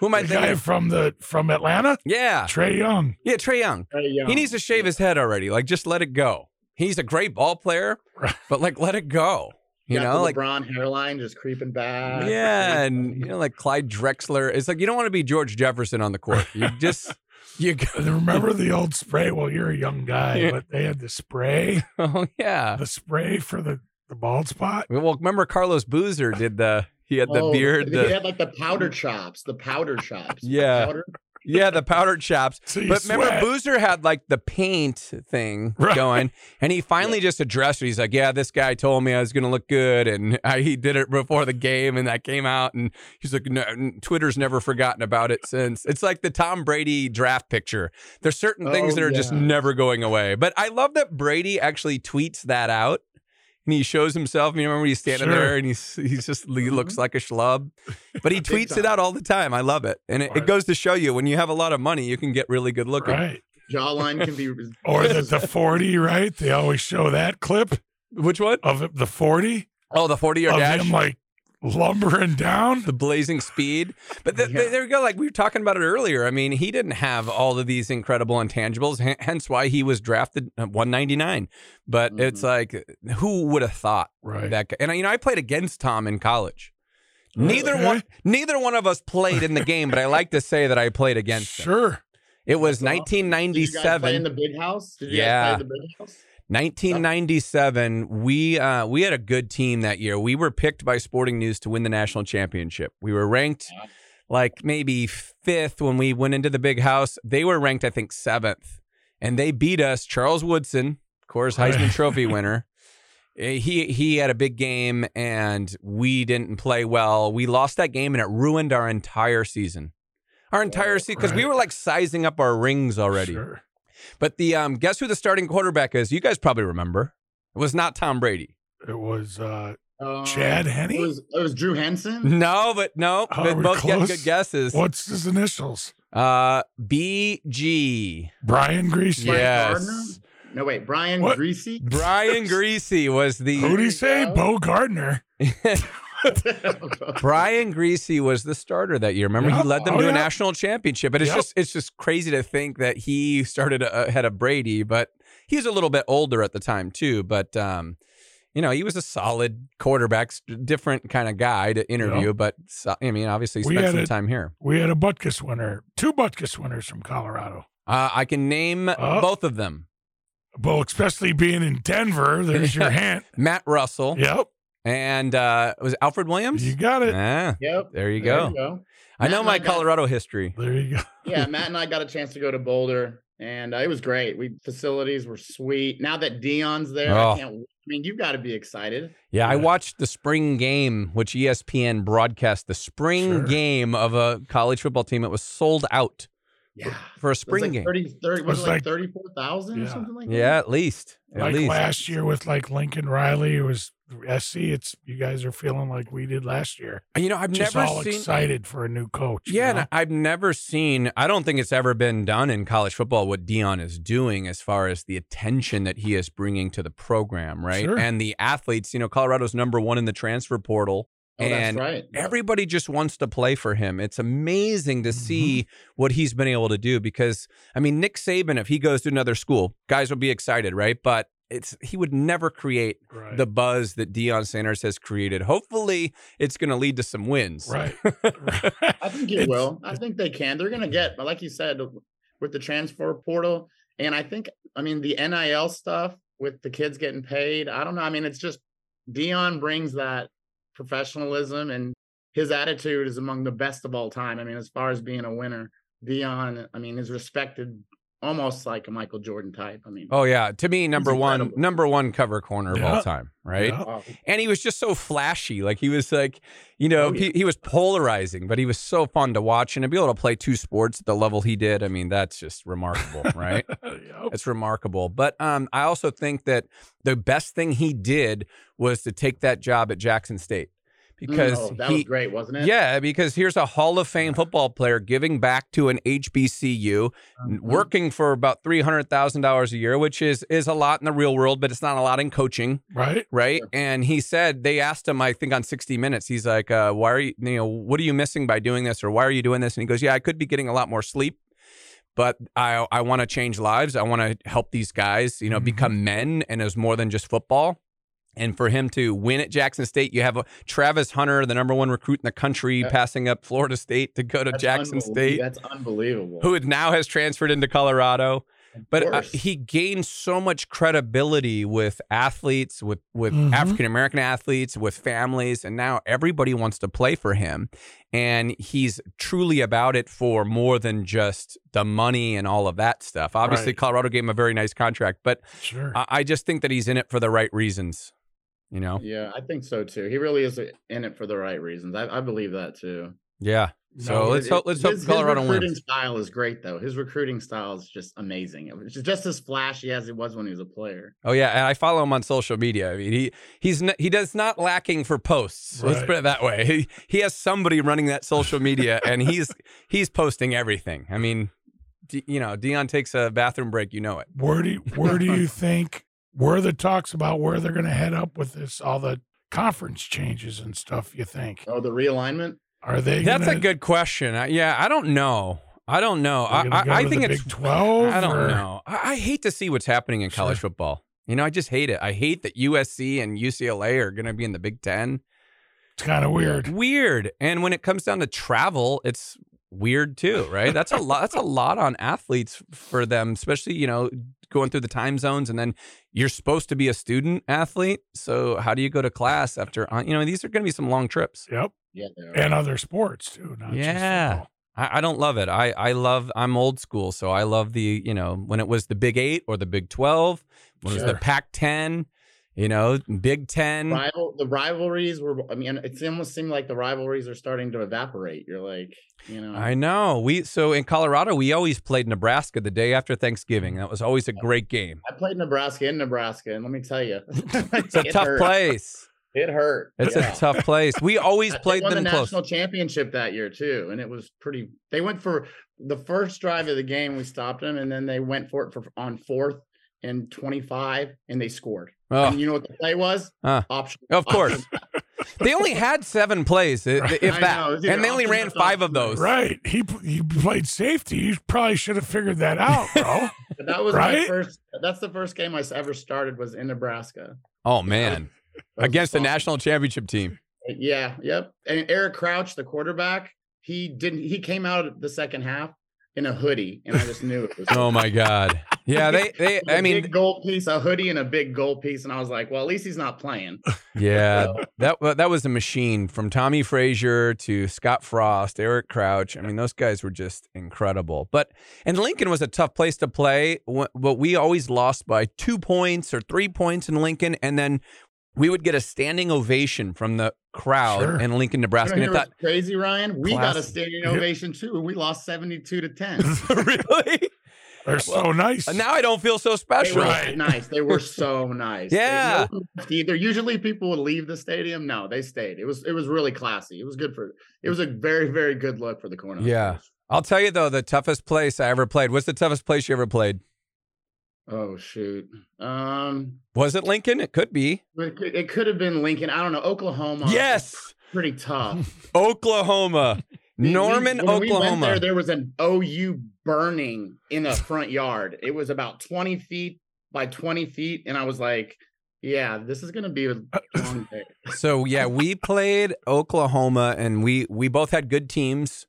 E: Who am I
A: The guy
E: thinking? of?
A: from the from Atlanta,
E: Yeah,
A: Trey Young.
E: yeah, Trey Young.
C: Very young.
E: He needs to shave his head already. Like just let it go. He's a great ball player,
A: Right.
E: but like let it go. You
C: Got
E: know,
C: the
E: like
C: LeBron hairline just creeping back.
E: yeah, and you know, like Clyde Drexler. It's like you don't want to be George Jefferson on the court. You just you go.
A: And Remember the old spray? Well, you're a young guy,
E: Yeah.
A: but they had the spray,
E: Oh yeah.
A: the spray for the, the bald spot.
E: Well, remember Carlos Boozer did the he had the
C: Oh,
E: beard,
C: he
E: the
C: had like the powder chops, the powder chops. the
E: Yeah.
C: powder-
E: yeah, the powdered chops.
A: So you
E: But remember
A: sweat.
E: Boozer had like the paint thing
A: Right.
E: going, and he finally just addressed it. He's like, "Yeah, this guy told me I was gonna look good, and I, he did it before the game, and that came out." And he's like, no, "Twitter's never forgotten about it since." It's like the Tom Brady draft picture. There's certain things
C: Oh,
E: that are just
C: yeah.
E: never going away. But I love that Brady actually tweets that out. And he shows himself. You remember he's standing
A: Sure. Mm-hmm.
E: there and he's he's just he looks like a schlub, but he
C: Big
E: tweets it
C: time.
E: out all the time. I love it, and it, it
A: Right.
E: goes to show you when you have a lot of money, you can get really good looking.
A: Right.
C: Jawline can be.
A: Or the, the 40, right? They always show that clip
E: Which one?
A: of it- the 40
E: Oh, the forty-year
A: of
E: dash.
A: him like lumbering down.
E: the blazing speed. But th-
C: Yeah.
E: th- there we go. Like we were talking about it earlier. I mean, he didn't have all of these incredible intangibles, h- hence why he was drafted at 199. But
C: Mm-hmm.
E: it's like, who would have thought
A: Right.
E: that? Guy? And you know, I played against Tom in college. Neither
A: Okay.
E: one, neither one of us played in the game, but I like to say that I played against him.
A: Sure.
E: It was
C: Did you guys play
E: 1997.
C: in the big house? Did you
E: Yeah.
C: guys play in the big house?
E: 1997, we uh, we had a good team that year. We were picked by Sporting News to win the national championship. We were ranked
C: Wow.
E: like maybe fifth when we went into the big house. They were ranked, I think, seventh, and they beat us. Charles Woodson, of course, Heisman
A: Right.
E: Trophy winner. Eh, He he had a big game, and we didn't play well. We lost that game, and it ruined our entire season. Our entire season because we
A: Oh, right.
E: were like sizing up our rings already.
A: Sure.
E: But the um, guess who the starting quarterback is? You guys probably remember. It was not Tom Brady.
A: It was uh,
C: Um,
A: Chad Henney?
C: It was, it was Drew Henson.
E: No, but no.
A: Mm. Oh,
E: but
A: we're
E: both get
A: close.
E: good guesses.
A: what's his initials?
E: Uh, BG.
A: Brian Greasy.
C: Brian
E: Yes.
C: Gardner? No, wait, Brian
A: What?
C: Greasy.
E: Brian Greasy was
A: Who
E: the
A: do you say? Bo Gardner.
E: Brian Greasy was the starter that year. Remember,
A: Yeah.
E: he led them
A: Oh,
E: to
A: yeah.
E: a national championship. But it's
A: Yep.
E: just it's just crazy to think that he started a- ahead of Brady. But he was a little bit older at the time too. But um, you know, he was a solid quarterback, s- different kind of guy to interview. But so, I mean, obviously, he
A: We
E: spent
A: had
E: some
A: a-
E: time here.
A: We had a Butkus winner, two Butkus winners from Colorado.
E: Uh, I can name
A: Oh.
E: both of them:
A: Well, especially being in Denver, there's your hint.
E: Matt Russell
A: Yep,
E: and uh, was it Alfred Williams.
A: you got it.
E: Ah,
C: Yep.
E: there you go. I
C: Matt
E: know
C: and
E: my
C: I got-
E: Colorado history.
A: There you go.
C: Yeah, Matt and I got a chance to go to Boulder, and uh, it was great. We facilities were sweet. Now that Dion's there,
E: Oh.
C: I can't. I mean, you've got to be excited.
E: Yeah, I
A: Yeah.
E: watched the spring game, which E ESPN broadcast the spring
A: Sure.
E: game of a college football team. It was sold out
C: Yeah.
E: for
C: It
E: a
C: was
E: spring
C: like
E: game.
C: 30, 30
A: was
C: was it like,
A: like-
C: 34,000
A: Yeah.
C: or something like
E: yeah,
C: that?
E: at least. At
A: Like
E: least.
A: last year with like Lincoln Riley, it was SC. It's you guys are feeling like we did last year.
E: And, you know, I've
A: Just
E: never
A: all
E: seen.
A: excited for a new coach. you
E: Yeah,
A: know?
E: and I've never seen. I don't think it's ever been done in college football what Dion is doing as far as the attention that he is bringing to the program, right?
A: Sure.
E: And the athletes. You know, Colorado's number one in the transfer portal.
C: Oh, that's
E: And
C: right.
E: everybody just wants to play for him. It's amazing
A: Mm-hmm.
E: to see what he's been able to do because I mean Nick Saban if he goes to another school, guys will be excited, right? But it's he would never create
A: right.
E: the buzz that Deion Sanders has created. Hopefully, it's going to lead to some wins.
A: right.
C: I think it
A: It's-
C: will. I think they can. They're going to get, but like you said, with the transfer portal, and I think, I mean, the NIL stuff with the kids getting paid. I don't know. I mean, it's just Dion brings that professionalism, and his attitude is among the best of all time. I mean, as far as being a winner, Dion, I mean, is respected almost like a Michael Jordan type. I mean,
E: Oh yeah, to me number one,
C: incredible.
E: number one cover corner of all
A: Yeah.
E: time, right?
A: Yeah.
C: wow.
E: And he was just so flashy, like he was like, you know,
C: Oh, yeah.
E: he, he was polarizing, but he was so fun to watch and to be able to play two sports at the level he did. I mean, that's just remarkable, right?
A: Yep.
E: It's remarkable. But um, I also think that the best thing he did was to take that job at Jackson State because
C: Oh, that
E: he,
C: was great, wasn't it?
E: yeah, because here's a Hall of Fame football player giving back to an HBCU,
C: Mhm.
E: working for about three hundred thousand dollars a year, which is is a lot in the real world, but it's not a lot in coaching
A: Right.
E: right?
C: Sure.
E: And he said they asked him, I think on 60 Minutes, he's like, uh, "Why are you? You know, what are you missing by doing this, or why are you doing this?" And he goes, "Yeah, I could be getting a lot more sleep, but I I want to change lives. I want to help these guys, you know,
C: Mm-hmm.
A: Mhm.
E: become men, and it's more than just football." And for him to win at Jackson State, you have a, Travis Hunter, the number one recruit in the country,
C: Yeah.
E: passing up Florida State to go to
C: That's
E: Jackson
C: unbelie-
E: State
C: That's unbelievable.
E: who now has transferred into Colorado.
C: Of
E: But uh,
C: course.
E: he gained so much credibility with athletes, with with
A: Mhm.
E: African American athletes, with families, and now everybody wants to play for him. And he's truly about it for more than just the money and all of that stuff. Obviously,
A: Right.
E: Colorado gave him a very nice contract, but
A: Sure.
E: I, I just think that he's in it for the right reasons. You know?
C: Yeah, I think so too. He really is in it for the right reasons. I, I believe that too.
E: Yeah. So
A: No,
E: let's hope let's hope
C: his,
E: Colorado
C: his recruiting
E: wins.
C: style is great though. His recruiting style is just amazing. It's just as flashy as it was when he was a player.
E: Oh yeah, and I follow him on social media. I mean, he he's n- he does not lacking for posts. Let's
A: Right.
E: put it that way. He he has somebody running that social media, and he's he's posting everything. I mean, D, you know, Dion takes a bathroom break. You know it.
A: Where do you, where do you think where the talks about where they're going to head up with this all the conference changes and stuff? You think
C: Oh, the realignment.
A: are they?
E: That's
A: gonna,
E: a good question. I, yeah, I don't know. I don't know.
A: they're
E: I
A: gonna
E: I,
A: go
E: I
A: to
E: think
A: the
E: it's
A: Big Twelve.
E: I don't
A: or-
E: know. I, I hate to see what's happening in college
A: Sure.
E: football. You know, I just hate it. I hate that USC and UCLA are going to be in the Big Ten.
A: It's kind of weird.
E: Weird. And when it comes down to travel, it's weird too, right? That's a lot that's a lot on athletes for them, especially, you know, going through the time zones and then you're supposed to be a student athlete. So how do you go to class after on- you know, these are gonna be some long trips.
A: Yep.
C: Yeah. there.
A: And other sports too. Not
E: Yeah.
A: Just football.
E: I, I don't love it. I, I love I'm old school, so I love the, you know, when it was the Big Eight or the Big Twelve, when it was the
A: Sure.
E: Pac Ten. You know, Big Ten.
C: Rival, the rivalries were. I mean, it almost seemed like the rivalries are starting to evaporate. You're like, you know,
E: I know. We so in Colorado, we always played Nebraska the day after Thanksgiving. That was always a great game.
C: I played Nebraska in Nebraska, and let me tell you,
E: It's a tough place.
C: It hurt.
E: It's
C: yeah.
E: a tough place. We always
C: They
E: played
C: won
E: them
C: the
E: close.
C: national championship that year too, and it was pretty. They went for the first drive of the game. We stopped them, and then they went for it for on fourth and twenty-five, and they scored.
E: Oh,
C: And you know what the play was?
E: Huh.
C: Option.
E: of course.
C: option.
E: they only had seven plays, i-
A: Right.
E: if
C: I
E: that,
C: know, it was either
E: and they only
C: option
E: ran
C: or
E: five of
C: option.
E: those.
A: Right. He he played safety. You probably should have figured that out, bro.
C: But that was my
A: Right?
C: first. That's the first game I s- ever started was in Nebraska.
E: Oh man,
C: That was
E: against the
C: awesome.
E: national championship team.
C: Yeah, yep. And Eric Crouch, the quarterback, he didn't. He came out the second half in a hoodie, and I just knew it was.
E: Oh my god. Yeah, they they.
C: A
E: I mean,
C: big gold piece, a hoodie, and a big gold piece, and I was like, "Well, at least he's not playing."
E: yeah,
C: So,
E: that wa- that was a machine from Tommy Frazier to Scott Frost, Eric Crouch. I mean, those guys were just incredible. But and Lincoln was a tough place to play, wh- but we always lost by two points or three points in Lincoln, and then we would get a standing ovation from the crowd
A: Sure.
E: in Lincoln,
C: you
E: Nebraska.
C: wanna
E: And
C: hear
E: I thought,
C: what's crazy, Ryan. We got a
E: Classic.
C: standing
A: Yep.
C: ovation too, and we lost seventy-two to ten.
E: really?
A: They're so nice.
E: And now I don't feel so
C: They
E: special.
C: were
A: Right.
C: nice. They were so nice. They- no
E: Yeah.
C: one left either usually people would leave the stadium. No, they stayed. It was it was really classy. It was good for. It was a very very good look for the corner.
E: Yeah. I'll tell you though, the toughest place I ever played. What's the toughest place you ever played?
C: Oh shoot. Um.
E: Was it Lincoln? It could be.
C: It could, it could have been Lincoln. I don't know. Oklahoma. was
E: Yes,
C: Pretty tough.
E: Oklahoma,
C: We- we-
E: Norman,
C: when we went
E: Oklahoma.
C: there, there was an OU burning in the front yard. It was about 20 feet by 20 feet. And I was like, yeah, this is going to be a long day.
E: so yeah, we played Oklahoma, and we we both had good teams.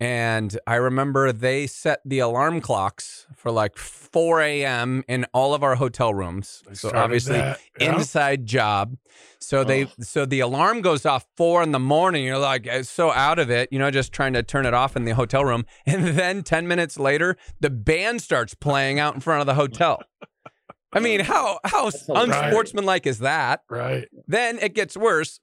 E: And I remember they set the alarm clocks for like 4 a.m. in all of our hotel rooms.
A: They
E: So
A: started
E: obviously,
A: that. Yeah.
E: inside job. So they
C: Ugh.
E: so the alarm goes off four in the morning. You're like uh, so out of it, you know, just trying to turn it off in the hotel room. And then ten minutes later, the band starts playing out in front of the hotel. I mean, how how
C: That's hilarious.
E: unsportsmanlike is that?
A: Right.
E: Then it gets worse.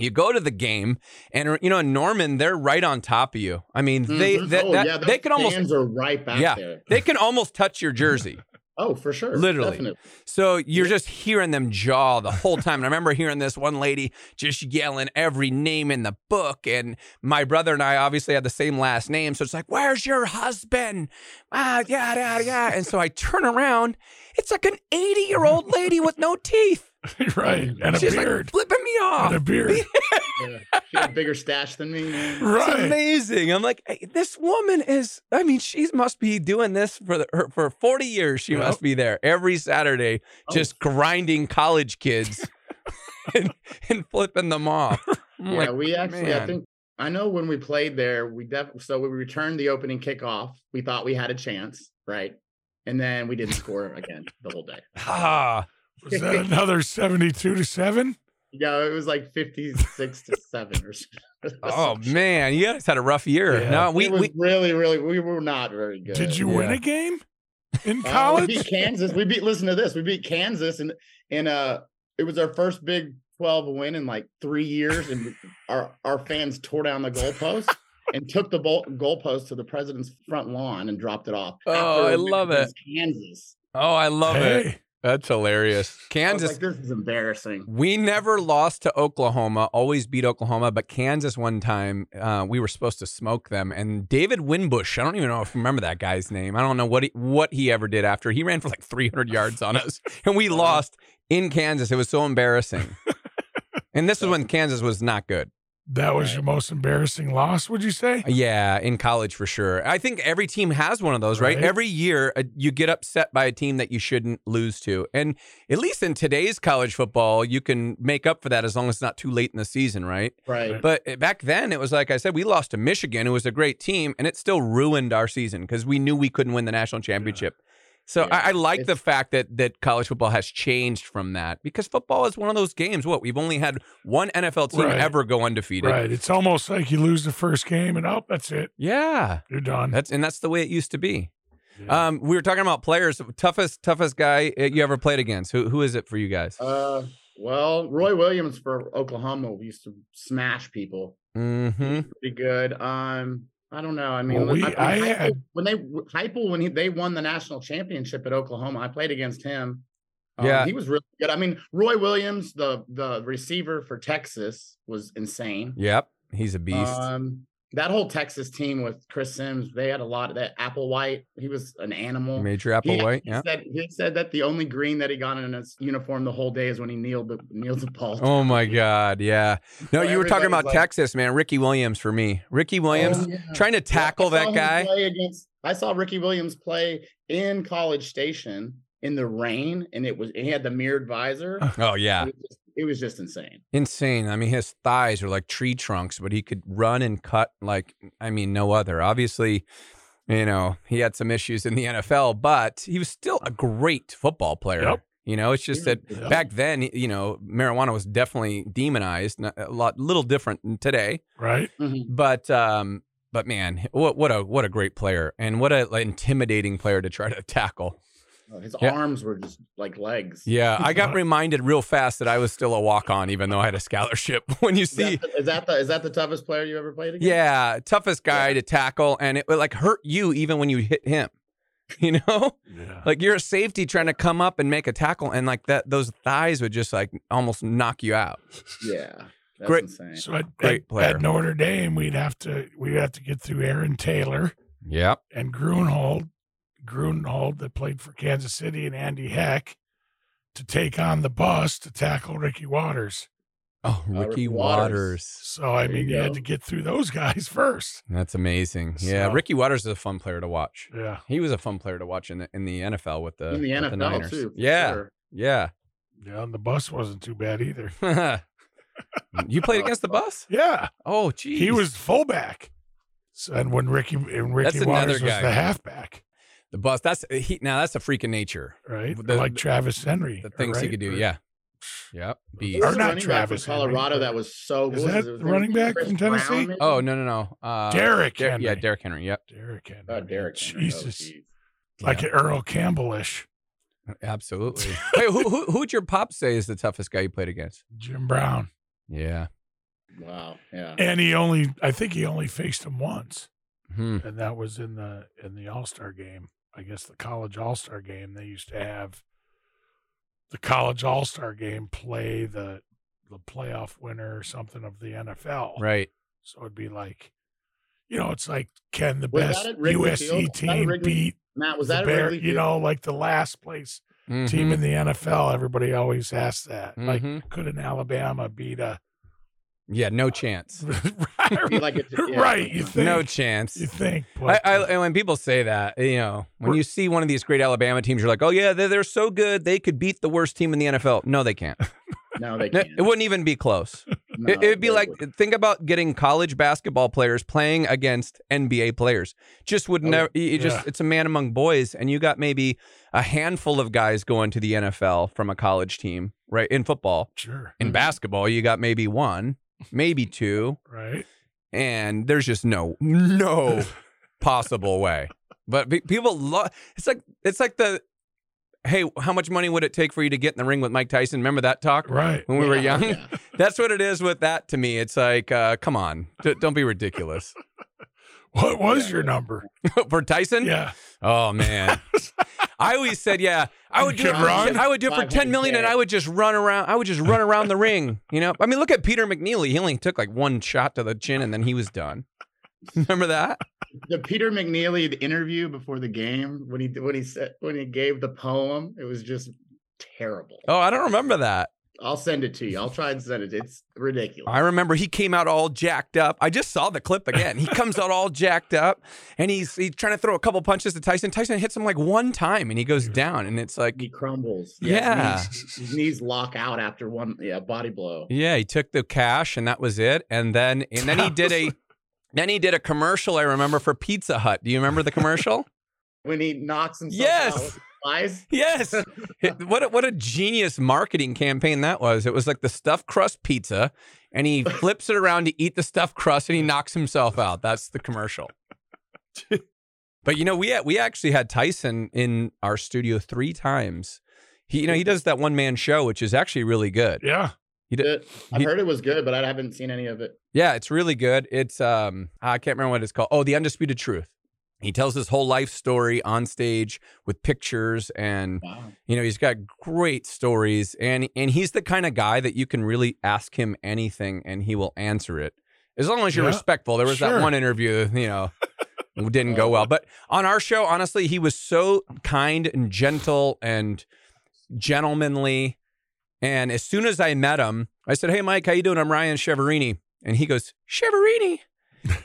E: You go to the game, and you know Norman, they're right on top of you. I mean, they
C: Mhm.
E: that, that-
C: yeah,
E: they
C: those
E: can almost
C: fans are right back
E: Yeah.
C: there.
E: they can almost touch your jersey.
C: Oh, for sure.
E: Literally.
C: Definitely.
E: So you're just hearing them jaw the whole time. And I remember hearing this one lady just yelling every name in the book. And my brother and I obviously had the same last name. So it's like, where's your husband? Ah, yeah, yeah, yeah. And so I turn around. It's like an 80 year old lady with no teeth.
A: Right. And a
E: She's
A: beard.
E: like flipping me
A: and a
E: off.
A: beard.
C: Yeah. She had a bigger stash than me. man.
E: It's
A: right.
E: amazing. I'm like, "Hey, this woman is. I mean, she must be doing this for the, her, for 40 years. She
A: Yep.
E: must be there every Saturday
C: Oh,
E: just grinding college kids and, and flipping them off. I'm
C: yeah,
E: like,
C: we actually, I
E: man.
C: think, I know when we played there, we def- so we returned the opening kickoff. We thought we had a chance, right? And then we didn't score again the whole day.
E: ah,
A: Was that another 72 to 7?
C: No, it was like 56 to 7 or something.
E: oh man, you guys had a rough year.
A: Yeah.
E: No,
C: we,
E: we,
C: was
E: we
C: really, really, we were not very good.
A: Did you win
E: Yeah. Oh,
A: a game in
C: Uh, we beat
A: college?
C: Kansas. We beat, listen to this. We beat Kansas, and, and uh, it was our first Big 12 win in like three years. And our, our fans tore down the goalpost and took the bol- goalpost to the president's front lawn and dropped it off.
E: Oh,
C: after a
E: I
C: win
E: love it.
C: against Kansas.
E: oh, I love it.
A: Hey,
E: That's hilarious.
C: I was
E: Kansas.
C: like, this is embarrassing.
E: we never lost to Oklahoma, always beat Oklahoma, but Kansas one time, uh, we were supposed to smoke them. And David Winbush, I don't even know if you remember that guy's name. I don't know what he, what he ever did after. He ran for like 300 yards on us, and we lost in Kansas. It was so embarrassing. and this was when Kansas was not good.
A: that was your most embarrassing loss, would you say?
E: Yeah, in college for sure. I think every team has one of those, right?
A: Right.
E: Every year uh, you get upset by a team that you shouldn't lose to. And at least in today's college football, you can make up for that as long as it's not too late in the season, right?
C: Right.
E: But uh, back then, it was like I said, we lost to Michigan, who was a great team, and it still ruined our season because we knew we couldn't win the national championship. So
C: Yeah.
E: I, I like the
C: It's-
E: fact that that college football has changed from that because football is one of those games. What we've only had one NFL team
A: Right.
E: ever go undefeated.
A: Right. It's almost like you lose the first game and oh, that's it.
E: Yeah.
A: You're done.
E: That's and that's the way it used to be. Um, we were talking about players. Toughest, toughest guy uh, you ever played against. Who, who is it for you guys?
C: Uh, well, Roy Williams for Oklahoma, we used to smash people.
E: hmm
C: Pretty good. Um, I don't know. I mean,
A: Well, we-
C: I-
A: I
C: Heupel-
A: had-
C: when they Heupel when he, they won the national championship at Oklahoma, I played against him. Um,
E: Yeah.
C: he was really good. I mean, Roy Williams, the the receiver for Texas, was insane.
E: Yep, he's a beast.
C: Um, that whole Texas team with Chris Sims, they had a lot of that. Applewhite, he was an animal.
E: Major Applewhite.
C: He,
E: Yeah.
C: said, he said that the only green that he got in his uniform the whole day is when he kneeled the kneeled the ball.
E: Oh my God. Yeah. No,
C: So
E: you were talking
C: everybody's
E: about
C: like-
E: Texas, man. Ricky Williams for me. Ricky Williams
C: Oh, yeah.
E: trying to
C: Yeah, I
E: tackle
C: saw
E: that
C: him
E: guy.
C: play against- I saw Ricky Williams play in College Station in the rain, and it was he had the mirrored visor.
E: Oh yeah.
C: It, was just, it was just insane.
E: Insane. I mean, his thighs are like tree trunks, but he could run and cut like, I mean, no other. Obviously, you know, he had some issues in the NFL, but he was still a great football player.
A: Yep.
E: You know, it's just that
A: Yep.
E: back then, you know, marijuana was definitely demonized, not- a lot, little different than today.
A: right?
C: Mhm.
E: But, um, but man, what what a what a great player and what a like, intimidating player to try to tackle.
C: Oh, His
E: Yeah.
C: arms were just like legs.
E: Yeah, I got reminded real fast that I was still a walk on, even though I had a scholarship. When you
C: Is,
E: see
C: that the, is that the is that the toughest player you ever played against?
E: Yeah, toughest guy to tackle, and it would like hurt you even when you hit him. You know,
A: Yeah.
E: like you're a safety trying to come up and make a tackle, and like that, those thighs would just like almost knock you out.
C: yeah, that's
E: Great.
C: insane.
A: So at,
E: Great
A: at,
E: player.
A: at Notre Dame, we'd have to we'd have to get through Aaron Taylor
E: Yep.
A: and Grunhold, Grunhold that played for Kansas City and Andy Heck to take on the bus to tackle Ricky Waters.
E: Oh,
C: Uh,
E: Ricky
C: Ricky
E: Waters.
C: Waters.
A: So I
C: There
A: mean,
C: you
A: you, had
C: go.
A: to get through those guys first.
E: That's amazing. Yeah,
A: So-
E: Ricky Waters is a fun player to watch.
A: Yeah,
E: He was a fun player to watch in the in the NFL with
A: uh,
E: the
C: in the
E: with the
C: NFL
E: Niners.
C: too. for
E: Yeah,
C: sure.
E: yeah.
A: yeah. And the bus wasn't too bad either.
E: you played against the bus?
A: Yeah,
E: Oh, geez.
A: he was fullback. So, and when Ricky and Ricky
E: That's
A: Waters
E: another
A: was
E: guy.
A: the halfback,
E: the bus. That's he. Now that's a freak of nature.
A: right?
E: The-
A: like
E: the-
A: Travis Henry.
E: the things he
A: right?
E: could do.
A: Or-
E: Yeah. Yep.
C: There
E: Beast.
A: Or
C: was a
A: not
C: running back from
A: Travis Henry,
C: Colorado
A: but-
C: that was so
A: Is
C: good.
A: that
C: It was-
A: the running back
C: Chris
A: from Tennessee?
C: Brown, maybe?
E: Oh no no no. Uh,
A: Derrick
E: Der-
A: Henry.
E: Yeah, Derrick Henry. Yep.
A: Derrick Henry.
C: Oh, Derek. Henry. Oh,
A: Jesus.
C: geez.
A: like
E: Yeah.
A: an Earl Campbellish.
E: Absolutely. Wait, who who who'd your pop say is the toughest guy you played against?
A: Jim Brown.
E: Yeah.
C: Wow. Yeah.
A: And he only I think he only faced him once.
E: Hmm.
A: And that was in the in the All Star game. I guess the college all star game. They used to have the college all star game play the the playoff winner or something of the NFL.
E: Right.
A: So it'd be like you know, it's like can the
C: Was that
A: best
C: at Wrigley
A: USC
C: Field? Was that at
A: team
C: Wrigley-
A: beat
C: Matt, was
A: the
C: that a
A: Bear,
C: Wrigley
A: you
C: Field?
A: know, like the last place team
E: Mhm.
A: in the NFL. Everybody always asks that. Like,
E: Mhm.
A: could an Alabama beat a
E: Yeah. No chance.
C: Be like a- yeah.
A: right? You think?
E: No chance.
A: you think?
E: I,
A: But
E: I, and when people say that, you know, when you see one of these great Alabama teams, you're like, "Oh yeah, they're, they're so good, they could beat the worst team in the NFL." No, they can't.
C: No, they
E: No,
C: can't.
E: It wouldn't even be close.
C: No,
E: It, it'd be
C: they
E: like
C: wouldn't.
E: think about getting college basketball players playing against NBA players. Just would
C: Oh,
E: never. You you just
A: yeah.
E: it's a man among boys, and you got maybe a handful of guys going to the NFL from a college team, right? In football,
A: sure,
E: in
C: Mhm.
E: basketball, you got maybe one, maybe two,
A: right?
E: and there's just no no possible way. But pe- people love. It's like it's like the. Hey, how much money would it take for you to get in the ring with Mike Tyson? Remember that talk
A: Right.
E: when we were
C: Yeah,
E: young?
C: yeah.
E: That's what it is with that to me. It's like, uh, come on, D- don't be ridiculous.
A: What was
C: Yeah.
A: your number?
E: For Tyson,
A: Yeah,
E: oh man, I always said, yeah, I would
A: You
E: do,
A: could run.
E: I would do it for ten million, and I would just run around. I would just run around the ring. You know, I mean, look at Peter McNeely. He only took like one shot to the chin, and then he was done. Remember that?
C: the Peter McNeely the interview before the game when he when he said when he gave the poem, it was just terrible.
E: Oh, I don't remember that.
C: I'll send it to you. I'll try and send it. It's ridiculous.
E: I remember he came out all jacked up. I just saw the clip again. He comes out all jacked up, and he's he's trying to throw a couple punches to Tyson. Tyson hits him like one time, and he goes down, and it's like.
C: he crumbles.
E: Yeah.
C: his knees- his knees lock out after one yeah body blow.
E: Yeah, he took the cash and that was it. And then and then he did a then he did a commercial I remember for Pizza Hut. Do you remember the commercial?
C: When he knocks himself
E: Yes.
C: out with his eyes.
E: yes. It- what a, what a genius marketing campaign that was. It was like the stuffed crust pizza and he flips it around to eat the stuffed crust and he knocks himself out. That's the commercial. But you know, we had, we actually had Tyson in our studio three times. He, you know, he does that one man show, which is actually really good.
A: Yeah.
E: He did,
C: It- I've
E: he-
C: heard it was good, but I haven't seen any of it.
E: yeah, it's really good. It's um, I can't remember what it's called. Oh, the undisputed truth. He tells his whole life story on stage with pictures, and
C: Wow.
E: you know he's got great stories, and and he's the kind of guy that you can really ask him anything, and he will answer it as long as you're
A: Yeah,
E: respectful. There was
A: sure.
E: that one interview, you know, it didn't go well, but on our show, honestly, he was so kind and gentle and gentlemanly. And as soon as I met him, I said, "Hey, Mike, how you doing? I'm Ryan Cheverini." And he goes, "Cheverini."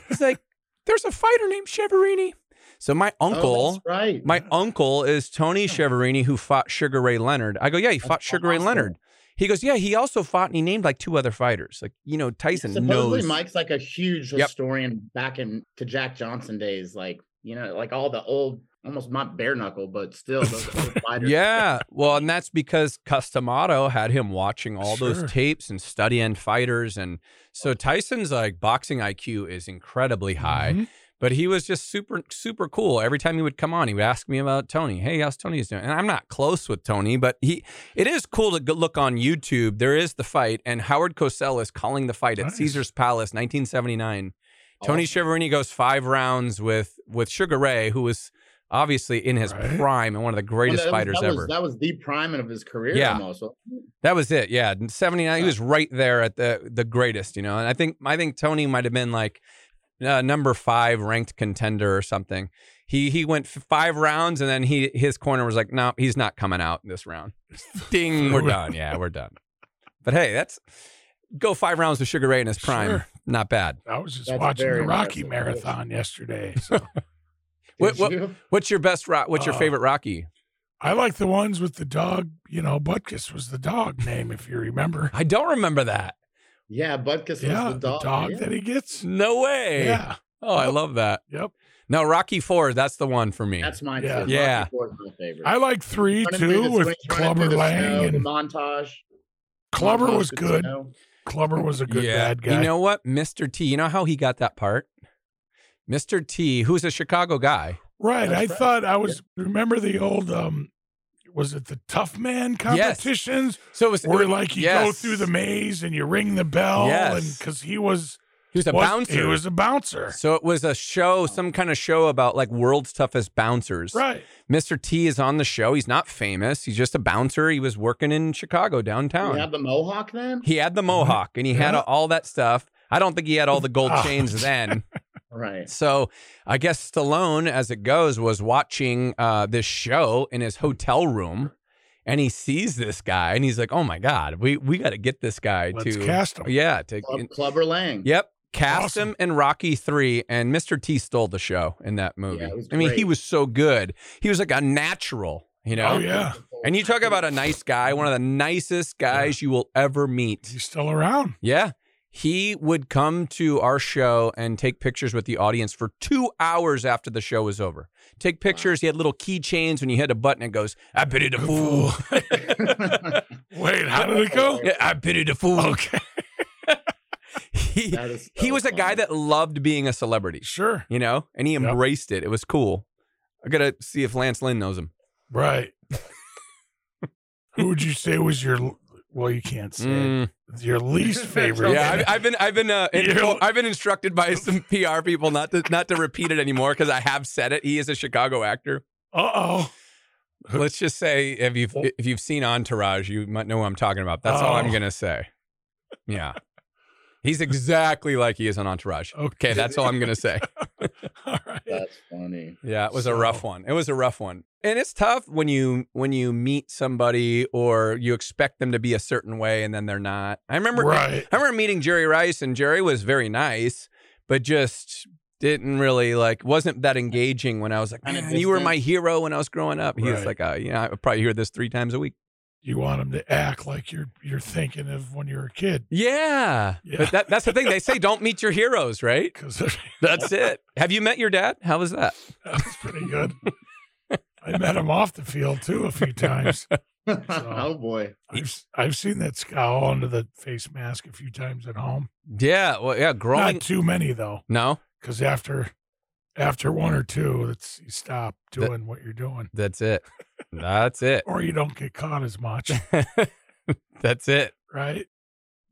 E: He's like, "There's a fighter named Cheverini." So my
C: Oh,
E: uncle,
C: that's right.
E: my uncle is Tony Cheverini, who fought Sugar Ray Leonard. I go, "Yeah, he fought Sugar Ray
C: Oh. awesome.
E: Leonard." He goes, "Yeah, he also fought and he named like two other fighters. Like you know, Tyson
C: Supposedly,
E: knows."
C: Mike's like a huge
E: Yep.
C: historian back in to Jack Johnson days, like you know, like all the old, almost not bare knuckle, but still those old fighters.
E: yeah. Well, and that's because Customato had him watching all
A: Sure.
E: those tapes and studying fighters. And so Tyson's like boxing IQ is incredibly high,
A: Mhm.
C: Mm-hmm.
E: but he was just super, super cool. Every time he would come on, he would ask me about Tony. Hey, how's Tony's doing? And I'm not close with Tony, but he, it is cool to go look on YouTube. There is the fight, and Howard Cosell is calling the fight at
A: Nice.
E: Caesar's Palace, 1979. Tony Schiavone goes five rounds with with Sugar Ray, who was obviously in his
A: Right.
E: prime and one of the
C: Well,
E: greatest
C: that was-
E: fighters
C: that was,
E: ever.
C: that was the prime of his career.
E: Yeah.
C: almost.
E: That was it. Yeah, In 79 he
C: Yeah.
E: was right there at the the greatest, you know. And I think I think Tony might have been like uh, number 5 ranked contender or something. He he went f- 5 rounds and then he his corner was like, "No, he's not coming out this round." Ding, we're done. Yeah, we're done. But hey, that's go 5 rounds with Sugar Ray in his prime.
A: Sure.
E: Not bad.
A: I was just
C: That's
A: watching the
C: very
A: Rocky
C: impressive.
A: marathon yesterday. So
E: What-
C: Did
E: what-
C: you?
E: What's your best rock? What's your
A: Uh,
E: favorite Rocky?
A: I like the ones with the dog. You know, Butkus was the dog name, if you remember.
E: I don't remember that.
C: Yeah, Butkus
A: yeah,
C: was the dog. yeah.
A: that he gets.
E: No way.
A: Yeah.
E: Oh, I love that.
A: Yep.
E: No, Rocky 4, that's the one for me.
C: That's my
A: Yeah.
C: favorite.
E: Yeah.
C: my favorite.
A: I like three
C: Running through
A: too
C: the-
A: with
C: running through
A: Clubber
C: the snow,
A: Lang
C: the
A: and
C: montage.
A: Clubber
C: Montage
A: was
C: with the
A: good.
C: snow.
A: Clubber was a good bad guy.
E: You know what? Mr. T, you know how he got that part? Mr. T, who's a Chicago guy.
A: right.
C: That's
A: I
C: right.
A: thought I was remember the old um was it the tough man competitions
E: So it was,
A: where like you go
E: Yes.
A: through the maze and you ring the bell
E: Yes.
A: and because he was
E: he was a
A: was-
E: bouncer.
A: He was a bouncer.
E: so it was a show, some kind of show about like world's toughest bouncers.
A: Right.
E: Mr. T is on the show. He's not famous. He's just a bouncer. He was working in Chicago downtown.
C: You have the mohawk then?
E: he had the mohawk and he
A: Mm-hmm.
E: had
A: Yeah.
E: all that stuff. I don't think he had all the gold
A: Ah.
E: chains then.
C: Right.
E: So I guess Stallone, as it goes, was watching uh, this show in his hotel room, and he sees this guy, and he's like, "Oh my god, we we got to get this guy
A: Let's
E: to
A: cast him.
E: yeah to
C: Club,
E: in-
C: Clubber Lang.
E: yep." Cast
A: Awesome.
E: him in Rocky Three, and Mr. T stole the show in that movie.
C: it was
E: I mean, he
C: great.
E: was so good. He was like a natural, you know.
A: Oh yeah.
E: And you talk about a nice guy, one of the nicest guys you will ever meet.
A: He's still around.
E: Yeah. He would come to our show and take pictures with the audience for two hours after the show was over. Take pictures. He had little keychains when you hit a button, it goes, I pity the fool.
A: Wait, how did it go?
E: Yeah, I pity the fool.
A: Okay.
E: He,
C: That is
E: he
C: so
E: was a guy
C: funny.
E: that loved being a celebrity,
A: Sure.
E: you know, and he
A: Yep.
E: embraced it. It was cool. I got to see if Lance Lynn knows him.
A: Right. Who would you say was your l- well, you can't say it.
E: Mm.
A: your least favorite.
E: Yeah, I've, I've been, I've been, uh, in-
A: You-
E: I've been instructed by some PR people not to, not to repeat it anymore because I have said it. He is a Chicago actor.
A: uh oh.
E: Let's just say if you've if you've seen Entourage, you might know what I'm talking about. That's all I'm
A: Oh.
E: gonna say. Yeah. He's exactly like he is on Entourage.
A: Oh.
E: Okay, that's all I'm gonna say.
A: All right.
C: That's funny.
E: Yeah, it was a rough
A: So-
E: one. It was a rough one. And it's tough when you when you meet somebody or you expect them to be a certain way and then they're not. I remember
A: Right.
E: I remember meeting Jerry Rice and Jerry was very nice, but just didn't really like wasn't that engaging when I was like,
C: Kinda
E: Man, you were
C: distant.
E: my hero when I was growing up. He was
A: Right.
E: like, uh, yeah, I probably hear this three times a week.
A: You want him to act like you're you're thinking of when you're a kid.
E: Yeah.
A: Yeah.
E: But that, that's the thing. They say don't meet your heroes, right?
A: Because
E: That's it. Have you met your dad? How was that?
A: that was pretty good. I met him off the field too a few times.
C: oh boy.
A: I've, I've seen that scowl under the face mask a few times at home.
E: Yeah. Well, yeah. Growing.
A: Not too many though,
E: no.
A: because after after one or two, it's you stop doing what you're doing,
E: That's it. That's it.
A: or you don't get caught as much,
E: That's it.
A: right?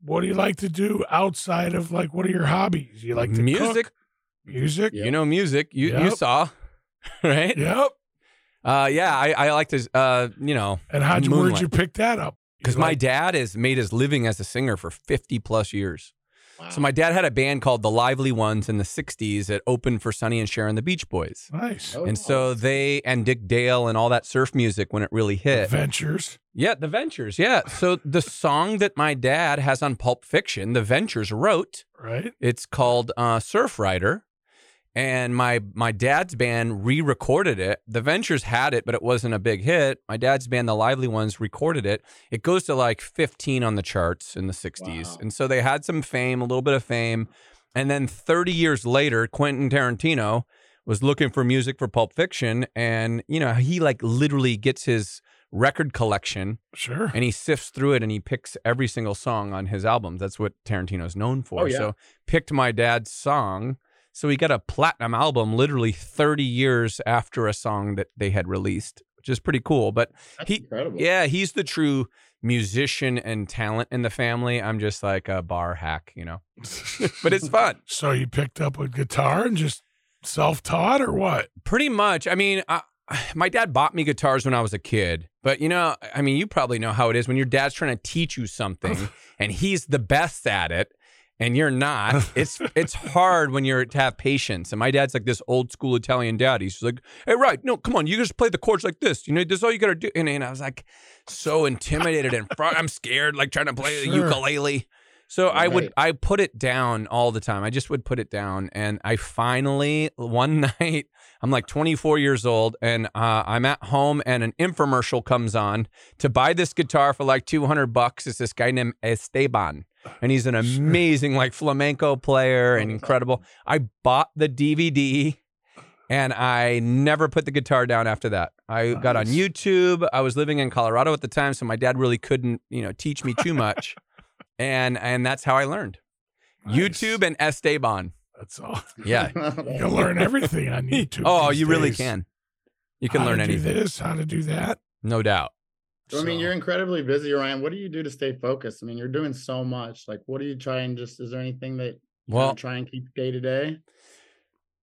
A: What do you like to do outside of like what are your hobbies? You like to
E: music.
A: cook? music.
E: You know music. You you
A: Yep.
E: saw, right?
A: Yep.
E: Uh, yeah. I, I like to. Uh, you know,
A: And how'd you,
E: Moonlight.
A: where'd you pick that up? You
E: because my
A: like-
E: dad has made his living as a singer for fifty plus years. So
C: Wow.
E: my dad had a band called the Lively Ones in the '60s that opened for Sonny and Cher and the Beach Boys,
A: nice
C: Oh,
E: and
C: wow.
E: so they and Dick Dale and all that surf music when it really hit.
A: adventures.
E: Yeah, The Ventures. Yeah. So the song that my dad has on Pulp Fiction, The Ventures wrote,
A: Right.
E: it's called uh, Surf Rider. And my my dad's band re-recorded it. The Ventures had it, but it wasn't a big hit. My dad's band, The Lively Ones, recorded it. It goes to like 15 on the charts in the 60s.
C: Wow.
E: And so they had some fame, a little bit of fame. And then 30 years later, Quentin Tarantino was looking for music for Pulp Fiction. And, you know, he like literally gets his record collection
A: Sure.
E: and he sifts through it and he picks every single song on his albums. That's what Tarantino's known for.
C: Oh, yeah.
E: So picked my dad's song. So he got a platinum album literally 30 years after a song that they had released, which is pretty cool. But
C: That's
E: he-
C: incredible.
E: yeah, he's the true musician and talent in the family. I'm just like a bar hack, you know. But it's fun.
A: so you picked up a guitar and just self-taught or what?
E: Pretty much. I mean, I, my dad bought me guitars when I was a kid, but you know, I mean, you probably know how it is when your dad's trying to teach you something and he's the best at it and you're not. It's it's hard when you're to have patience. And my dad's like this old school Italian dad. He's like, "Hey, right, no, come on, you just play the chords like this. You know, this is all you got to do." And, and I was like, so intimidated and fr- I'm scared, like trying to play the
A: Sure.
E: ukulele. So I would
C: Right.
E: I put it down all the time. I just would put it down, and I finally one night I'm like 24 years old, and uh, I'm at home, and an infomercial comes on to buy this guitar for like 200 bucks. It's this guy named Esteban, and he's an
A: Sure.
E: amazing like flamenco player and incredible. I bought the DVD. And I never put the guitar down after that. I got on
A: Nice.
E: YouTube. I was living in Colorado at the time, so my dad really couldn't, you know, teach me too much. and and that's how I learned.
A: Nice.
E: YouTube and Esteban.
A: That's all.
E: Yeah.
A: You can learn everything on YouTube.
E: oh,
A: these
E: you really
A: days.
E: can. You can
A: How to
E: learn
A: do
E: anything.
A: this, how to do that.
E: No doubt.
C: So, I mean,
A: So-
C: you're incredibly busy, Ryan. What do you do to stay focused? I mean, you're doing so much. Like, what do you try and just? Is there anything that you
E: Well-
C: well, try and keep day to day?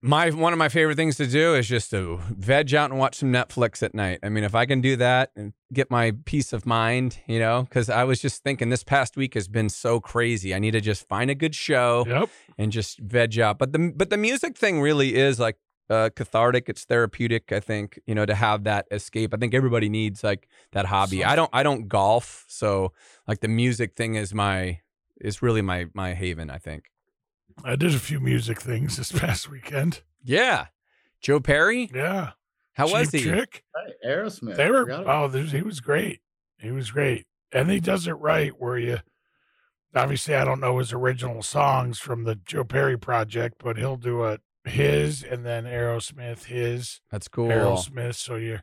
E: My one of my favorite things to do is just to veg out and watch some Netflix at night. I mean, if I can do that and get my peace of mind, you know, because I was just thinking this past week has been so crazy. I need to just find a good show
A: Yep.
E: and just veg out. But the but the music thing really is like uh, cathartic. It's therapeutic. I think you know to have that escape. I think everybody needs like that hobby. I don't I don't golf, so like the music thing is my is really my my haven. I think.
A: I did a few music things this past weekend.
E: Yeah, Joe Perry.
A: Yeah.
E: How
A: Cheap
E: was he?
A: Trick.
C: Right, Aerosmith.
A: They were.
C: forgot about-
A: Oh, there's- he was great. He was great, and he does it right. Where you, obviously, I don't know his original songs from the Joe Perry project, but he'll do a his and then Aerosmith his
E: That's cool.
A: Aerosmith. So you're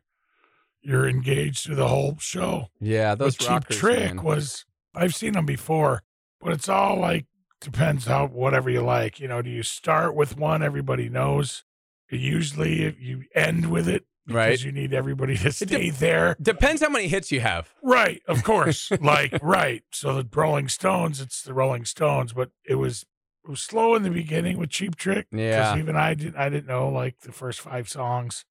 A: you're engaged through the whole show.
E: Yeah, those
A: But Cheap
E: rockers.
A: Trick
E: man.
A: was I've seen them before, but it's all like depends how whatever you like. You know, do you start with one everybody knows? Usually, if you end with it
E: right.
A: because you need everybody to
E: de-
A: stay there.
E: Depends how many hits you have.
A: Right, of course. like right. So the Rolling Stones, it's the Rolling Stones, but it was it was slow in the beginning with Cheap Trick. 'cause
E: Yeah.
A: even I didn't I didn't know like the first five songs.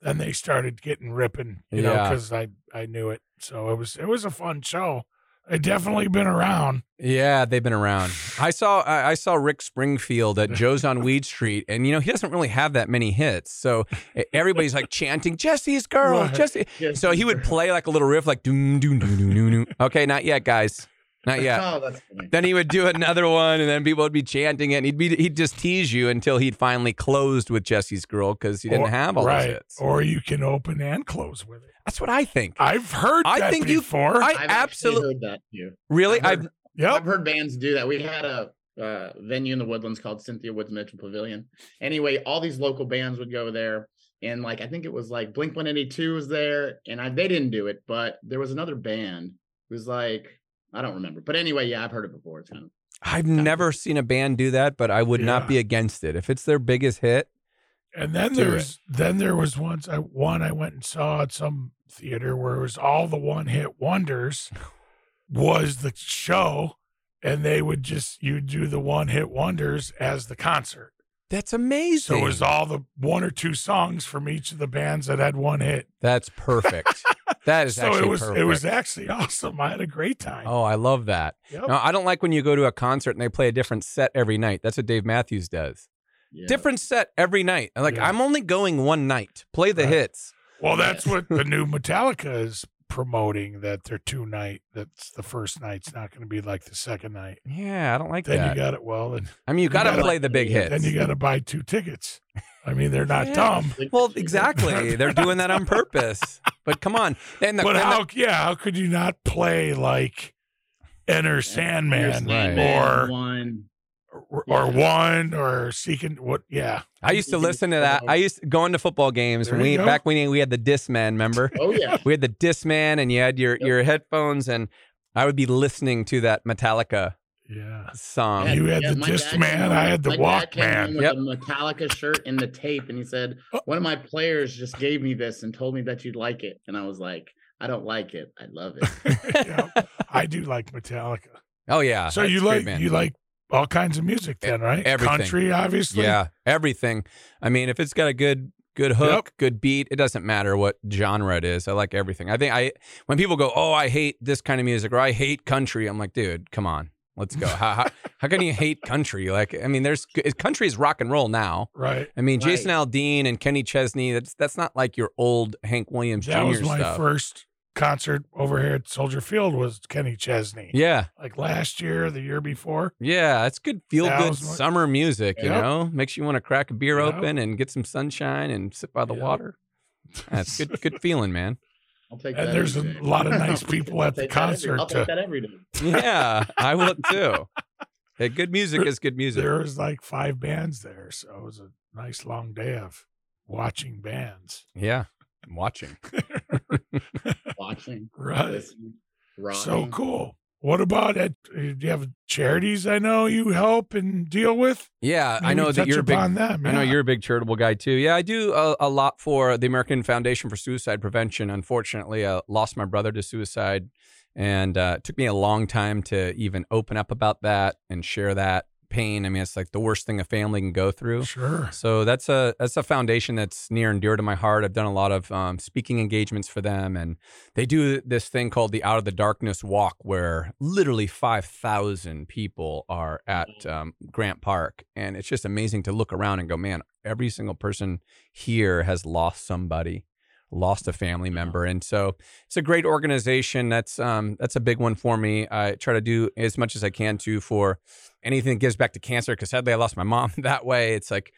A: Then they started getting ripping, you know,
E: Yeah.
A: because I I knew it. So it was it was a fun show. I definitely been around.
E: Yeah, they've been around. I saw I I saw Rick Springfield at Joe's on Weed Street, and you know he doesn't really have that many hits, so e, everybody's like chanting Jesse's girl,
A: Right.
E: Jesse.
C: Yeah,
E: So he would play like a little riff, like doom doom doom doom doom. doom. Okay, not yet, guys, not yet.
C: Oh, that's funny.
E: Then he would do another one, and then people would be chanting it. And he'd be he'd just tease you until he'd finally closed with Jesse's girl because he didn't
A: Or-
E: have all
A: right.
E: those hits.
A: Or you can open and close with it.
E: That's what I think.
A: I've heard
E: I
A: that
E: think you-
A: before.
E: I
C: I've
E: absolutely
C: absolutely heard that too.
E: really
C: I've
E: I've
C: heard- I've
A: yep.
C: heard bands do that. We had a uh, venue in the Woodlands called Cynthia Woods Mitchell Pavilion. Anyway, all these local bands would go there, and like I think it was like Blink One Eighty Two was there, and I, they didn't do it, but there was another band who was like I don't remember, but anyway, yeah, I've heard it before. It's kind of
E: I've never seen a band do that, but I would not
A: Yeah.
E: be against it if it's their biggest hit.
A: And then
E: Do it.
A: there's then there was once I one I went and saw at some theater where it was all the one hit wonders was the show, and they would just you do the one hit wonders as the concert.
E: That's amazing.
A: So it was all the one or two songs from each of the bands that had one hit.
E: That's perfect. that is
A: so
E: actually
A: it was
E: perfect.
A: it was actually awesome. I had a great time.
E: Oh, I love that.
A: Yep.
E: No, I don't like when you go to a concert and they play a different set every night. That's what Dave Matthews does.
C: Yeah.
E: Different set every night. I'm like,
A: Yeah.
E: I'm only going one night. Play the
A: Right.
E: hits.
A: Well, that's what the new Metallica is promoting that they're two night. That's the first night's not going to be like the second night.
E: Yeah, I don't like
A: Then
E: that.
A: you got it. Well, and
E: I mean, you got to
A: gotta-
E: play the big hits.
A: then you got to buy two tickets. I mean, they're not
E: Yeah.
A: dumb.
E: well, exactly. They're doing that on purpose. But come on. And the,
A: but
E: and the-
A: how? yeah, how could you not play like Enter Sandman
C: Sandman
A: or
C: one.
A: or, or One or Seeking? What? Yeah,
E: I used to listen to that. I used going to football games
A: There
E: when we
A: you go.
E: back when we had the Discman, remember?
C: Oh yeah.
E: we had the Discman and you had your,
C: Yep.
E: your headphones and I would be listening to that Metallica
A: yeah.
E: song.
A: You had the
C: my dad
A: Discman,
C: came home-
A: I had the
C: my dad came
A: Walkman.
C: home With a Metallica shirt and the tape, and he said,
A: Oh.
C: "One of my players just gave me this and told me that you'd like it." And I was like, "I don't like it. I love it."
A: yeah. I do like Metallica.
E: Oh yeah.
A: so
E: that's
A: you
E: great,
A: like
E: man.
A: you like all kinds of music then, right?
E: everything.
A: Country, obviously.
E: Yeah, everything. I mean, if it's got a good good hook, good beat, it doesn't matter what genre it is. I like everything. I think I when people go, "Oh, I hate this kind of music," or "I hate country," I'm like, "Dude, come on, let's go." how, how, how can you hate country? Like, I mean, there's country is rock and roll now.
A: Right.
E: I mean,
C: Right.
E: Jason Aldean and Kenny Chesney. That's that's not like your old Hank Williams
A: That
E: Jr.
A: was my
E: stuff.
A: first concert over here at Soldier Field was Kenny Chesney.
E: yeah,
A: Like last year, the year before.
E: yeah, it's good feel
A: That
E: good
A: was my-
E: summer music. You
A: Yep.
E: know, makes you want to crack a beer
A: Yep.
E: open and get some sunshine and sit by the
A: Yep.
E: water. That's good, good feeling, man.
C: I'll take
A: And
C: that.
A: there's
C: every
A: a
C: day.
A: lot of nice people
C: I'll
A: at the
C: take that every- I'll
A: concert, uh,
C: take that every day.
E: Yeah, I will too. Yeah, good music is good music.
A: There was like five bands there, so it was a nice long day of watching bands.
E: Yeah, I'm watching.
C: Watching,
A: right.
C: listening, rocking.
A: Uh, So cool. What about at, do you have charities I know you help and deal with?
E: Yeah, I
A: Maybe
E: know that
A: touch
E: you're a big.
A: upon them,
E: I know
A: yeah.
E: you're a big charitable guy too. Yeah, I do a, a lot for the American Foundation for Suicide Prevention. Unfortunately, I lost my brother to suicide, and uh, it took me a long time to even open up about that and share that pain. I mean, it's like the worst thing a family can go through.
A: Sure.
E: So that's a that's a foundation that's near and dear to my heart. I've done a lot of um, speaking engagements for them, and they do this thing called the Out of the Darkness Walk, where literally five thousand people are at um, Grant Park, and it's just amazing to look around and go, man, every single person here has lost somebody, lost a family member, and so it's a great organization. That's um that's a big one for me. I try to do as much as I can to for anything that gives back to cancer because sadly I lost my mom that way. It's like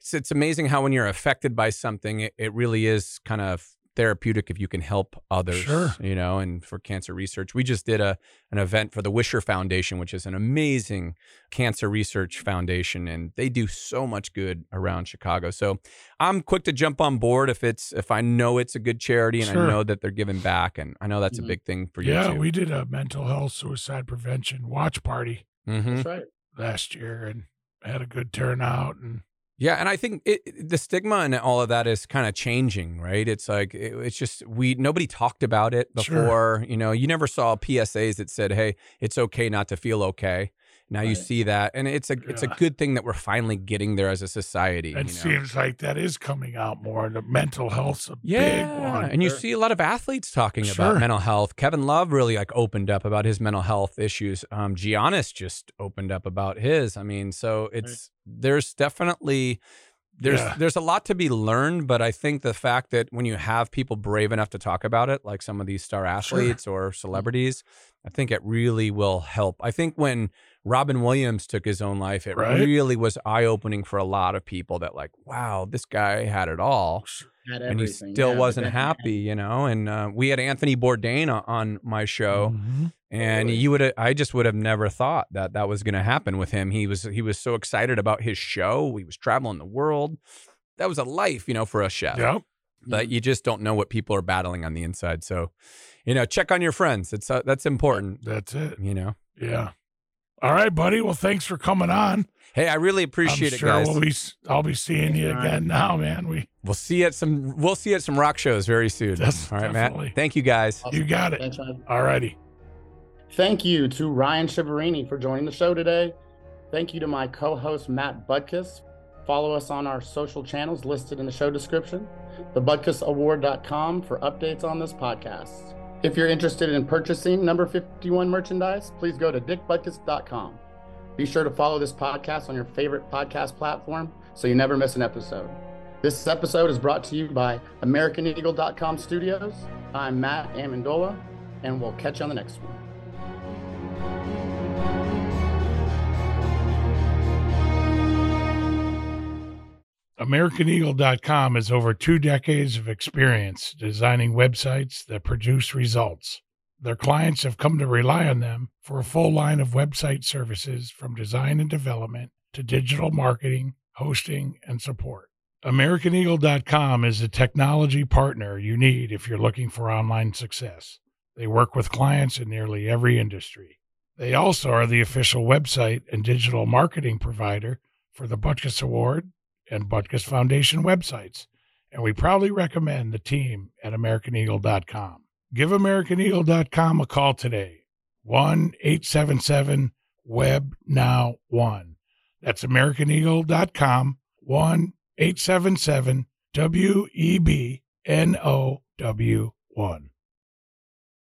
E: it's it's amazing how when you're affected by something, it, it really is kind of therapeutic if you can help others.
A: Sure.
E: You know, and for cancer research. We just did a an event for the Wisher Foundation, which is an amazing cancer research foundation, and they do so much good around Chicago. So I'm quick to jump on board if it's if I know it's a good charity and
A: Sure. Mm-hmm.
E: I know that they're giving back, and I know that's a
C: Mhm.
E: big thing for you
A: Yeah,
E: too.
A: we did a mental health suicide prevention watch party
E: Mhm.
C: That's right.
A: last year and had a good turnout and
E: Yeah, and I think it, it- the stigma and all of that is kind of changing, right? It's like it, it's just we nobody talked about it
A: Sure.
E: before. You know, you never saw PSAs that said, "Hey, it's okay not to feel okay." Now you
C: Right.
E: see that, and it's a it's a
A: Yeah.
E: good thing that we're finally getting there as a society.
A: It
E: you know?
A: seems like that is coming out more. The mental health's a big
E: Yeah,
A: one.
E: and you
C: Sure.
E: see a lot of athletes talking about
A: Sure.
E: mental health. Kevin Love really like opened up about his mental health issues. Um, Giannis just opened up about his. I mean, so it's there's definitely there's
A: Yeah.
E: there's a lot to be learned, but I think the fact that when you have people brave enough to talk about it, like some of these star athletes or celebrities, I think it really will help. I think when Robin Williams took his own life, it
A: Right.
E: really was eye opening for a lot of people that like, wow, this guy had it all
C: Had
E: and he
C: everything.
E: still
C: Yeah, but
E: wasn't
C: then-
E: happy, you know. And uh, we had Anthony Bourdain o- on my show,
A: Mhm.
E: and
C: Really?
E: you would I just would have never thought that that was going to happen with him. He was he was so excited about his show. He was traveling the world. That was a life, you know, for a chef.
A: Yep.
E: But you just don't know what people are battling on the inside. So, you know, check on your friends. It's uh, that's important.
A: That's it.
E: You know.
A: Yeah. All right, buddy. Well, thanks for coming on.
E: Hey, I really appreciate
A: I'm
E: it,
A: sure
E: guys.
A: We'll be, s- I'll be seeing you again now, man. We
E: We'll see you at some we'll see you at some rock shows very soon.
A: Yes,
E: All right,
A: definitely.
E: Matt. Thank you guys.
A: you got it.
C: Thanks, Ryan.
A: All righty.
C: Thank you to Ryan Shiverini for joining the show today. Thank you to my co host, Matt Budkus. Follow us on our social channels listed in the show description, thebudkusaward.com for updates on this podcast. If you're interested in purchasing number 51 merchandise, please go to dickbudkus.com. Be sure to follow this podcast on your favorite podcast platform so you never miss an episode. This episode is brought to you by AmericanEagle.com Studios. I'm Matt Amendola, and we'll catch you on the next one.
A: AmericanEagle.com has over two decades of experience designing websites that produce results. Their clients have come to rely on them for a full line of website services from design and development to digital marketing, hosting, and support. AmericanEagle.com is the technology partner you need if you're looking for online success. They work with clients in nearly every industry. They also are the official website and digital marketing provider for the Butkus Award and Butkus Foundation websites, and we proudly recommend the team at AmericanEagle.com. Give AmericanEagle.com a call today, 1 877 Web Now 1. That's AmericanEagle.com, 1 877 W E B N O W 1.